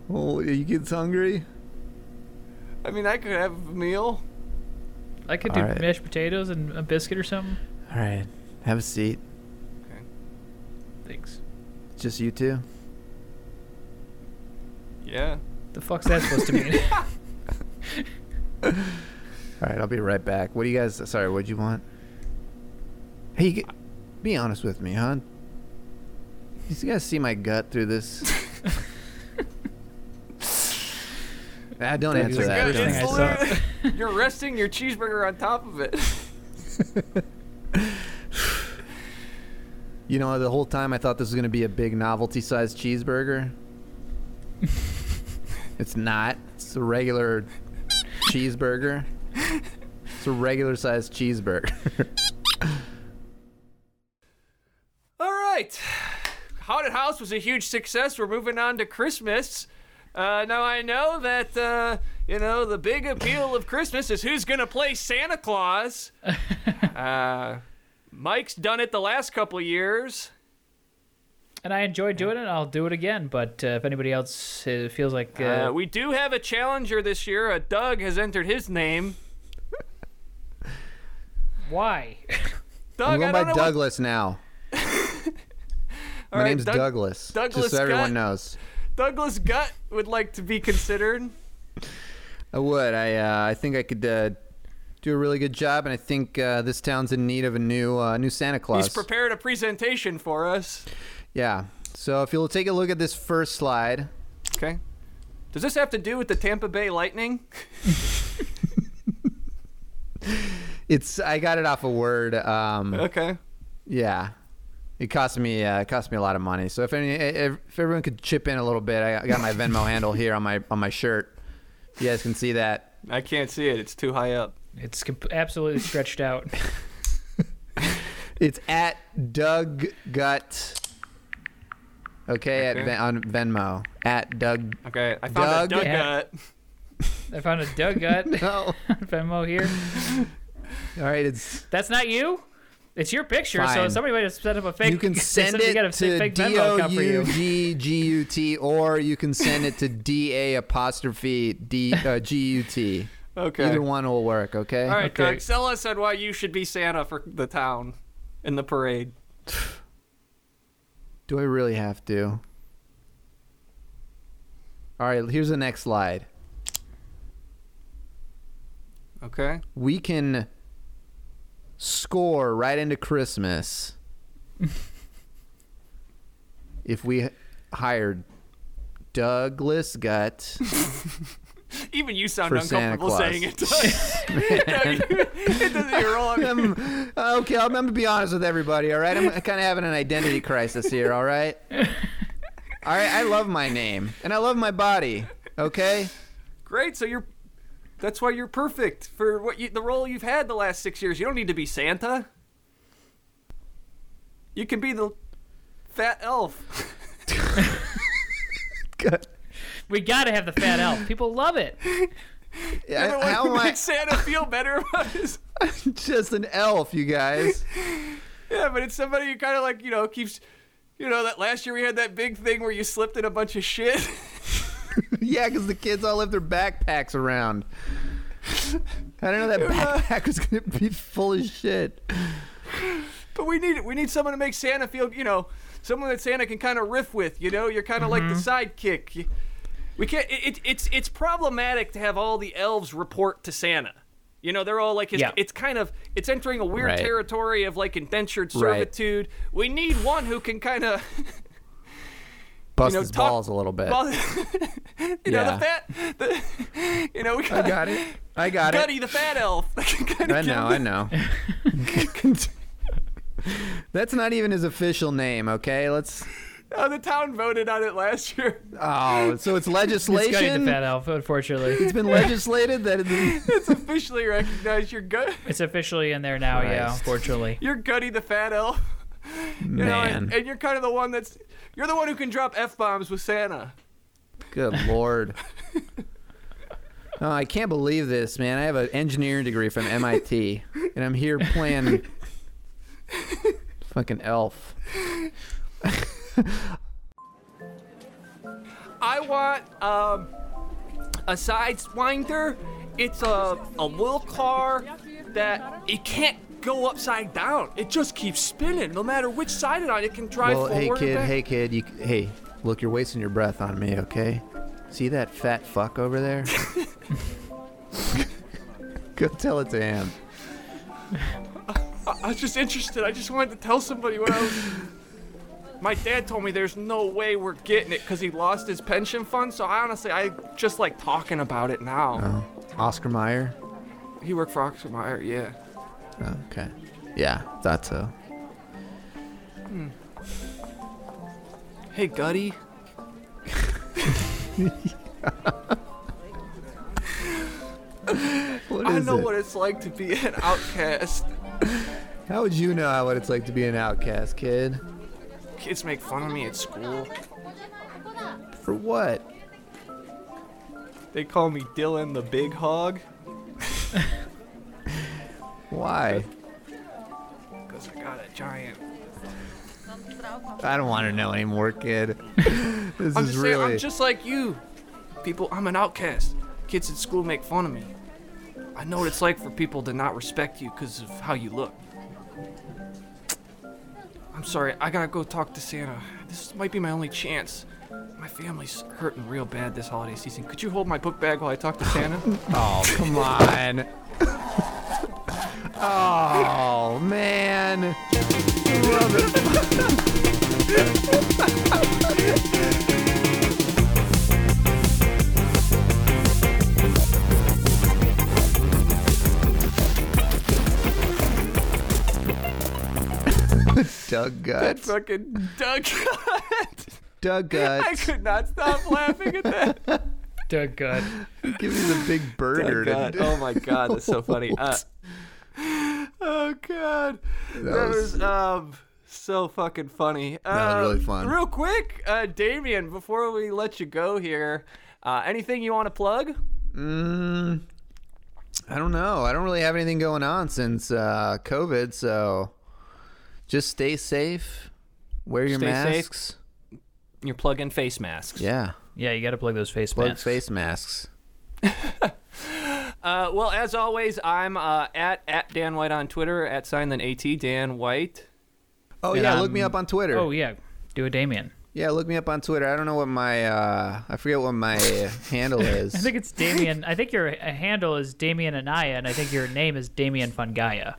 [SPEAKER 3] Oh, you kids hungry?
[SPEAKER 2] [LAUGHS] I mean, I could have a meal.
[SPEAKER 1] I could do
[SPEAKER 3] Alright.
[SPEAKER 1] mashed potatoes and a biscuit or something.
[SPEAKER 3] All right, have a seat.
[SPEAKER 1] Thanks.
[SPEAKER 3] Just you two.
[SPEAKER 2] Yeah.
[SPEAKER 1] The fuck's that supposed to
[SPEAKER 2] [LAUGHS]
[SPEAKER 1] mean?
[SPEAKER 3] All right, I'll be right back. What do you guys? Sorry, what'd you want? Hey, you g- be honest with me, huh? You guys see my gut through [LAUGHS] this? ah, don't
[SPEAKER 1] That
[SPEAKER 3] answer
[SPEAKER 1] is
[SPEAKER 3] that.
[SPEAKER 1] the
[SPEAKER 3] Don't
[SPEAKER 1] first thing
[SPEAKER 3] answer
[SPEAKER 1] I
[SPEAKER 3] that.
[SPEAKER 1] saw.
[SPEAKER 2] literally- [LAUGHS] you're resting your cheeseburger on top of it. [LAUGHS]
[SPEAKER 3] You know, the whole time I thought this was going to be a big novelty sized [LAUGHS] cheeseburger. it's not. It's a regular cheeseburger. It's a regular sized cheeseburger.
[SPEAKER 2] All right. Haunted House was a huge success. We're moving on to Christmas. Uh, now I know that uh, you know the big appeal of Christmas is who's gonna play Santa Claus. uh, Mike's done it the last couple years.
[SPEAKER 1] and I enjoy doing it. I'll do it again. But uh, if anybody else uh, feels like
[SPEAKER 2] Uh,
[SPEAKER 1] uh,
[SPEAKER 2] we do have a challenger this year. Uh, Doug has entered his name.
[SPEAKER 1] why,
[SPEAKER 2] Doug,
[SPEAKER 3] I'm
[SPEAKER 2] I
[SPEAKER 3] going
[SPEAKER 2] don't
[SPEAKER 3] by
[SPEAKER 2] know What, [LAUGHS]
[SPEAKER 3] Douglas now.
[SPEAKER 2] All
[SPEAKER 3] My
[SPEAKER 2] right,
[SPEAKER 3] name's
[SPEAKER 2] Doug-
[SPEAKER 3] Douglas.
[SPEAKER 2] Douglas
[SPEAKER 3] just so
[SPEAKER 2] Gut.
[SPEAKER 3] everyone knows.
[SPEAKER 2] Douglas Gut would like to be considered.
[SPEAKER 3] I would. I uh, I think I could uh, do a really good job, and I think uh, this town's in need of a new uh, new Santa Claus.
[SPEAKER 2] He's prepared a presentation for us.
[SPEAKER 3] yeah. So if you'll take a look at this first slide,
[SPEAKER 2] Okay. Does this have to do with the Tampa Bay Lightning?
[SPEAKER 3] it's I got it off a word.
[SPEAKER 2] [LAUGHS]
[SPEAKER 3] Um,
[SPEAKER 2] Okay.
[SPEAKER 3] Yeah, it cost me uh, it cost me a lot of money. So if any if, if everyone could chip in a little bit, I got my Venmo [LAUGHS] handle here on my on my shirt. You guys can see that.
[SPEAKER 2] I can't see it. It's too high up.
[SPEAKER 1] it's comp- absolutely stretched out. [LAUGHS]
[SPEAKER 3] It's at Doug Gut. Okay, at
[SPEAKER 2] Okay.
[SPEAKER 3] Ven- on Venmo at
[SPEAKER 1] [LAUGHS]
[SPEAKER 3] Doug.
[SPEAKER 2] Okay, I found that
[SPEAKER 3] Doug?
[SPEAKER 2] Doug
[SPEAKER 1] Yeah.
[SPEAKER 2] gut.
[SPEAKER 1] I found a Doug
[SPEAKER 3] [LAUGHS]
[SPEAKER 1] gut
[SPEAKER 3] No.
[SPEAKER 1] on Venmo here.
[SPEAKER 3] All right, it's
[SPEAKER 1] That's not you. It's your picture. So
[SPEAKER 3] Fine.
[SPEAKER 1] somebody might have set up a fake. [LAUGHS]
[SPEAKER 3] you can
[SPEAKER 1] they
[SPEAKER 3] send
[SPEAKER 1] set- they
[SPEAKER 3] it
[SPEAKER 1] got a
[SPEAKER 3] to
[SPEAKER 1] fake
[SPEAKER 3] D
[SPEAKER 1] Venmo
[SPEAKER 3] O
[SPEAKER 1] account for
[SPEAKER 3] U
[SPEAKER 1] you.
[SPEAKER 3] G G U T or you can send it to
[SPEAKER 1] [LAUGHS]
[SPEAKER 3] D A apostrophe D uh, G U T.
[SPEAKER 2] Okay.
[SPEAKER 3] Either one will work. Okay.
[SPEAKER 2] All right,
[SPEAKER 1] Okay.
[SPEAKER 2] Doug, sell us on why you should be Santa for the town in the parade.
[SPEAKER 3] Do I really have to? All right, here's the next slide.
[SPEAKER 2] Okay.
[SPEAKER 3] We can score right into Christmas if we hired Douglas Gut.
[SPEAKER 2] Even you sound
[SPEAKER 3] For Santa
[SPEAKER 2] uncomfortable
[SPEAKER 3] Claus.
[SPEAKER 2] saying it. Doug. no, you,
[SPEAKER 3] [LAUGHS]
[SPEAKER 2] [LAUGHS] it doesn't your role. I'm-
[SPEAKER 3] Um, okay, I'm, I'm gonna be honest with everybody. All right, I'm kind of having an identity crisis here. All right.
[SPEAKER 2] [LAUGHS]
[SPEAKER 3] All right, I love my name and I love my body. Okay.
[SPEAKER 2] Great. So you're. That's why you're perfect for what you, the role you've had the last six years. You don't need to be Santa. You can be the fat elf.
[SPEAKER 4] We gotta have the fat elf. People love it.
[SPEAKER 3] Yeah,
[SPEAKER 2] You're the one
[SPEAKER 3] how
[SPEAKER 2] who
[SPEAKER 3] am
[SPEAKER 2] [LAUGHS]
[SPEAKER 3] I
[SPEAKER 2] makes Santa feel better about his.
[SPEAKER 3] just an elf, you guys?
[SPEAKER 2] Yeah, but it's somebody who kind of like you know keeps. You know that last year we had that big thing where you slipped in a bunch of shit. [LAUGHS]
[SPEAKER 3] yeah, because the kids all have their backpacks around. I don't
[SPEAKER 2] [LAUGHS]
[SPEAKER 3] know that backpack was gonna be full of shit.
[SPEAKER 2] But we need we need someone to make Santa feel, you know, someone that Santa can kind of riff with. You know, you're kind of
[SPEAKER 3] Mm-hmm.
[SPEAKER 2] like the sidekick. You- We can't. It, it, it's it's problematic to have all the elves report to Santa. You know, they're all like his,
[SPEAKER 1] Yeah.
[SPEAKER 2] it's kind of it's entering a weird
[SPEAKER 3] Right.
[SPEAKER 2] territory of like indentured
[SPEAKER 3] Right.
[SPEAKER 2] servitude. We need one who can kind [LAUGHS]
[SPEAKER 3] [LAUGHS]
[SPEAKER 2] of
[SPEAKER 3] Bust
[SPEAKER 2] you know
[SPEAKER 3] his
[SPEAKER 2] talk-
[SPEAKER 3] balls a little bit.
[SPEAKER 2] ball- [LAUGHS] you know
[SPEAKER 3] Yeah.
[SPEAKER 2] the fat. The, [LAUGHS] you know we
[SPEAKER 3] I
[SPEAKER 2] got,
[SPEAKER 3] got it. I got it.
[SPEAKER 2] Gutty the fat elf. [LAUGHS] that can kinda
[SPEAKER 3] I
[SPEAKER 2] give
[SPEAKER 3] know,
[SPEAKER 2] him
[SPEAKER 3] I know. [LAUGHS] That's not even his official name, okay? Let's.
[SPEAKER 2] the- oh, the town voted on it last year. [LAUGHS]
[SPEAKER 3] Oh, so it's
[SPEAKER 4] It's gutting
[SPEAKER 3] legislation.
[SPEAKER 4] the fat elf, unfortunately.
[SPEAKER 3] it's been legislated that. It,
[SPEAKER 2] [LAUGHS] It's officially recognized. You're gut.
[SPEAKER 4] It's officially in there now, yeah,
[SPEAKER 3] Christ. [LAUGHS]
[SPEAKER 4] unfortunately.
[SPEAKER 2] You're Gutty the fat elf. [LAUGHS] You know,
[SPEAKER 3] man,
[SPEAKER 2] and, and you're kind of the one that's you're the one who can drop f bombs with Santa.
[SPEAKER 3] good lord. Oh, I can't believe this, man. I have an engineering degree from MIT, and I'm here playing fucking elf.
[SPEAKER 2] I want um, a sidewinder. It's a a little car that it can't go upside down. It just keeps spinning, no matter which side it on. It can drive
[SPEAKER 3] Well, hey
[SPEAKER 2] forward. and
[SPEAKER 3] kid,
[SPEAKER 2] back.
[SPEAKER 3] hey kid, you hey, look, you're wasting your breath on me, okay? See that fat fuck over
[SPEAKER 2] [LAUGHS]
[SPEAKER 3] there? Go tell it to him.
[SPEAKER 2] I was just interested. I just wanted to tell somebody what I was. My dad told me there's no way we're getting it because he lost his pension fund. So I honestly, I just like talking about it now.
[SPEAKER 3] Oh, Oscar Meyer.
[SPEAKER 2] He worked for Oxford Meyer, yeah.
[SPEAKER 3] Oh, okay. Yeah, thought so.
[SPEAKER 2] Hey, Gutty.
[SPEAKER 3] What
[SPEAKER 2] I
[SPEAKER 3] is
[SPEAKER 2] know
[SPEAKER 3] it?
[SPEAKER 2] what it's like to be an outcast.
[SPEAKER 3] How would you know what it's like to be an outcast, kid?
[SPEAKER 2] Kids make fun of me at school.
[SPEAKER 3] For what?
[SPEAKER 2] They call me Dylan the Big Hog
[SPEAKER 3] Why?
[SPEAKER 2] because I got a giant.
[SPEAKER 3] I don't want to know
[SPEAKER 2] [LAUGHS]
[SPEAKER 3] anymore, kid. this
[SPEAKER 2] I'm
[SPEAKER 3] is
[SPEAKER 2] just saying,
[SPEAKER 3] really.
[SPEAKER 2] I'm just like you. People, I'm an outcast. Kids at school make fun of me. I know what it's like for people to not respect you because of how you look. I'm sorry, I gotta go talk to Santa. This might be my only chance. My family's hurting real bad this holiday season. Could you hold my book bag while I talk to Santa?
[SPEAKER 3] Oh come on. [LAUGHS] oh man. [LAUGHS] Love it. Doug
[SPEAKER 2] that
[SPEAKER 3] Guts.
[SPEAKER 2] [LAUGHS] fucking duck. [LAUGHS]
[SPEAKER 3] Doug
[SPEAKER 2] I
[SPEAKER 3] Guts.
[SPEAKER 2] could not stop laughing at that.
[SPEAKER 4] Doug Gut.
[SPEAKER 3] Give me the big [LAUGHS] burger. to do-
[SPEAKER 2] Oh my god, that's so
[SPEAKER 3] [LAUGHS]
[SPEAKER 2] funny. Uh, oh god, that, was,
[SPEAKER 3] was-
[SPEAKER 2] um so fucking funny.
[SPEAKER 3] was
[SPEAKER 2] Um,
[SPEAKER 3] really fun.
[SPEAKER 2] Real quick, uh, Damien, before we let you go here, uh, anything you want to plug?
[SPEAKER 3] Mm, I don't know. I don't really have anything going on since uh, COVID, so just stay safe. Wear your
[SPEAKER 2] Stay safe.
[SPEAKER 3] masks.
[SPEAKER 2] You're plugging face masks.
[SPEAKER 3] Yeah,
[SPEAKER 1] Yeah, you got to plug those face
[SPEAKER 3] plug
[SPEAKER 1] masks.
[SPEAKER 3] face masks.
[SPEAKER 2] Uh, well, as always, I'm uh, at at Dan White on Twitter at sign then at Dan White.
[SPEAKER 3] Oh
[SPEAKER 1] And
[SPEAKER 3] yeah, look me
[SPEAKER 1] I'm-
[SPEAKER 3] up on Twitter.
[SPEAKER 1] Oh yeah, do a Damien.
[SPEAKER 3] Yeah, look me up on Twitter. I don't know what my uh, I forget what [LAUGHS] my handle is.
[SPEAKER 4] I think it's Damien. I think your uh, handle is Damien Anaya, and I think your name is Damien Fungaya.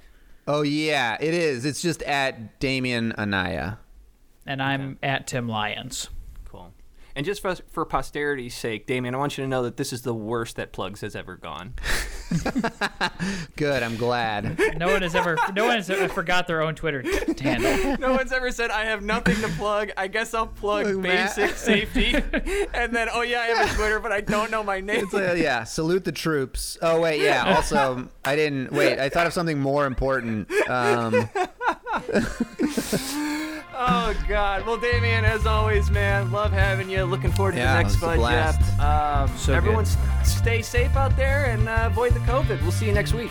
[SPEAKER 3] oh yeah, it is. It's just at Damien Anaya.
[SPEAKER 1] and I'm at Tim Lyons.
[SPEAKER 2] Cool. And just for, for posterity's sake, Damien, I want you to know that this is the worst that Plugs has ever gone.
[SPEAKER 3] Good. I'm [LAUGHS] glad.
[SPEAKER 1] No one has ever, no one has ever forgot their own Twitter t- handle.
[SPEAKER 2] no one's ever said, I have nothing to plug. I guess I'll plug
[SPEAKER 3] Look, Matt.
[SPEAKER 2] basic
[SPEAKER 3] [LAUGHS]
[SPEAKER 2] safety. and then, oh, yeah, I have a Twitter, but I don't know my name.
[SPEAKER 3] It's like, oh, yeah. Salute the troops. Oh wait, yeah. Also, I didn't wait. I thought of something more important. Um,
[SPEAKER 2] Oh God! Well, Damien, as always, man, love having you. Looking forward to
[SPEAKER 3] Yeah,
[SPEAKER 2] the next
[SPEAKER 3] it's a
[SPEAKER 2] Bud Yap.
[SPEAKER 3] blast.
[SPEAKER 2] Um,
[SPEAKER 1] So
[SPEAKER 2] everyone, s- stay safe out there and uh, avoid the COVID. We'll see you next week.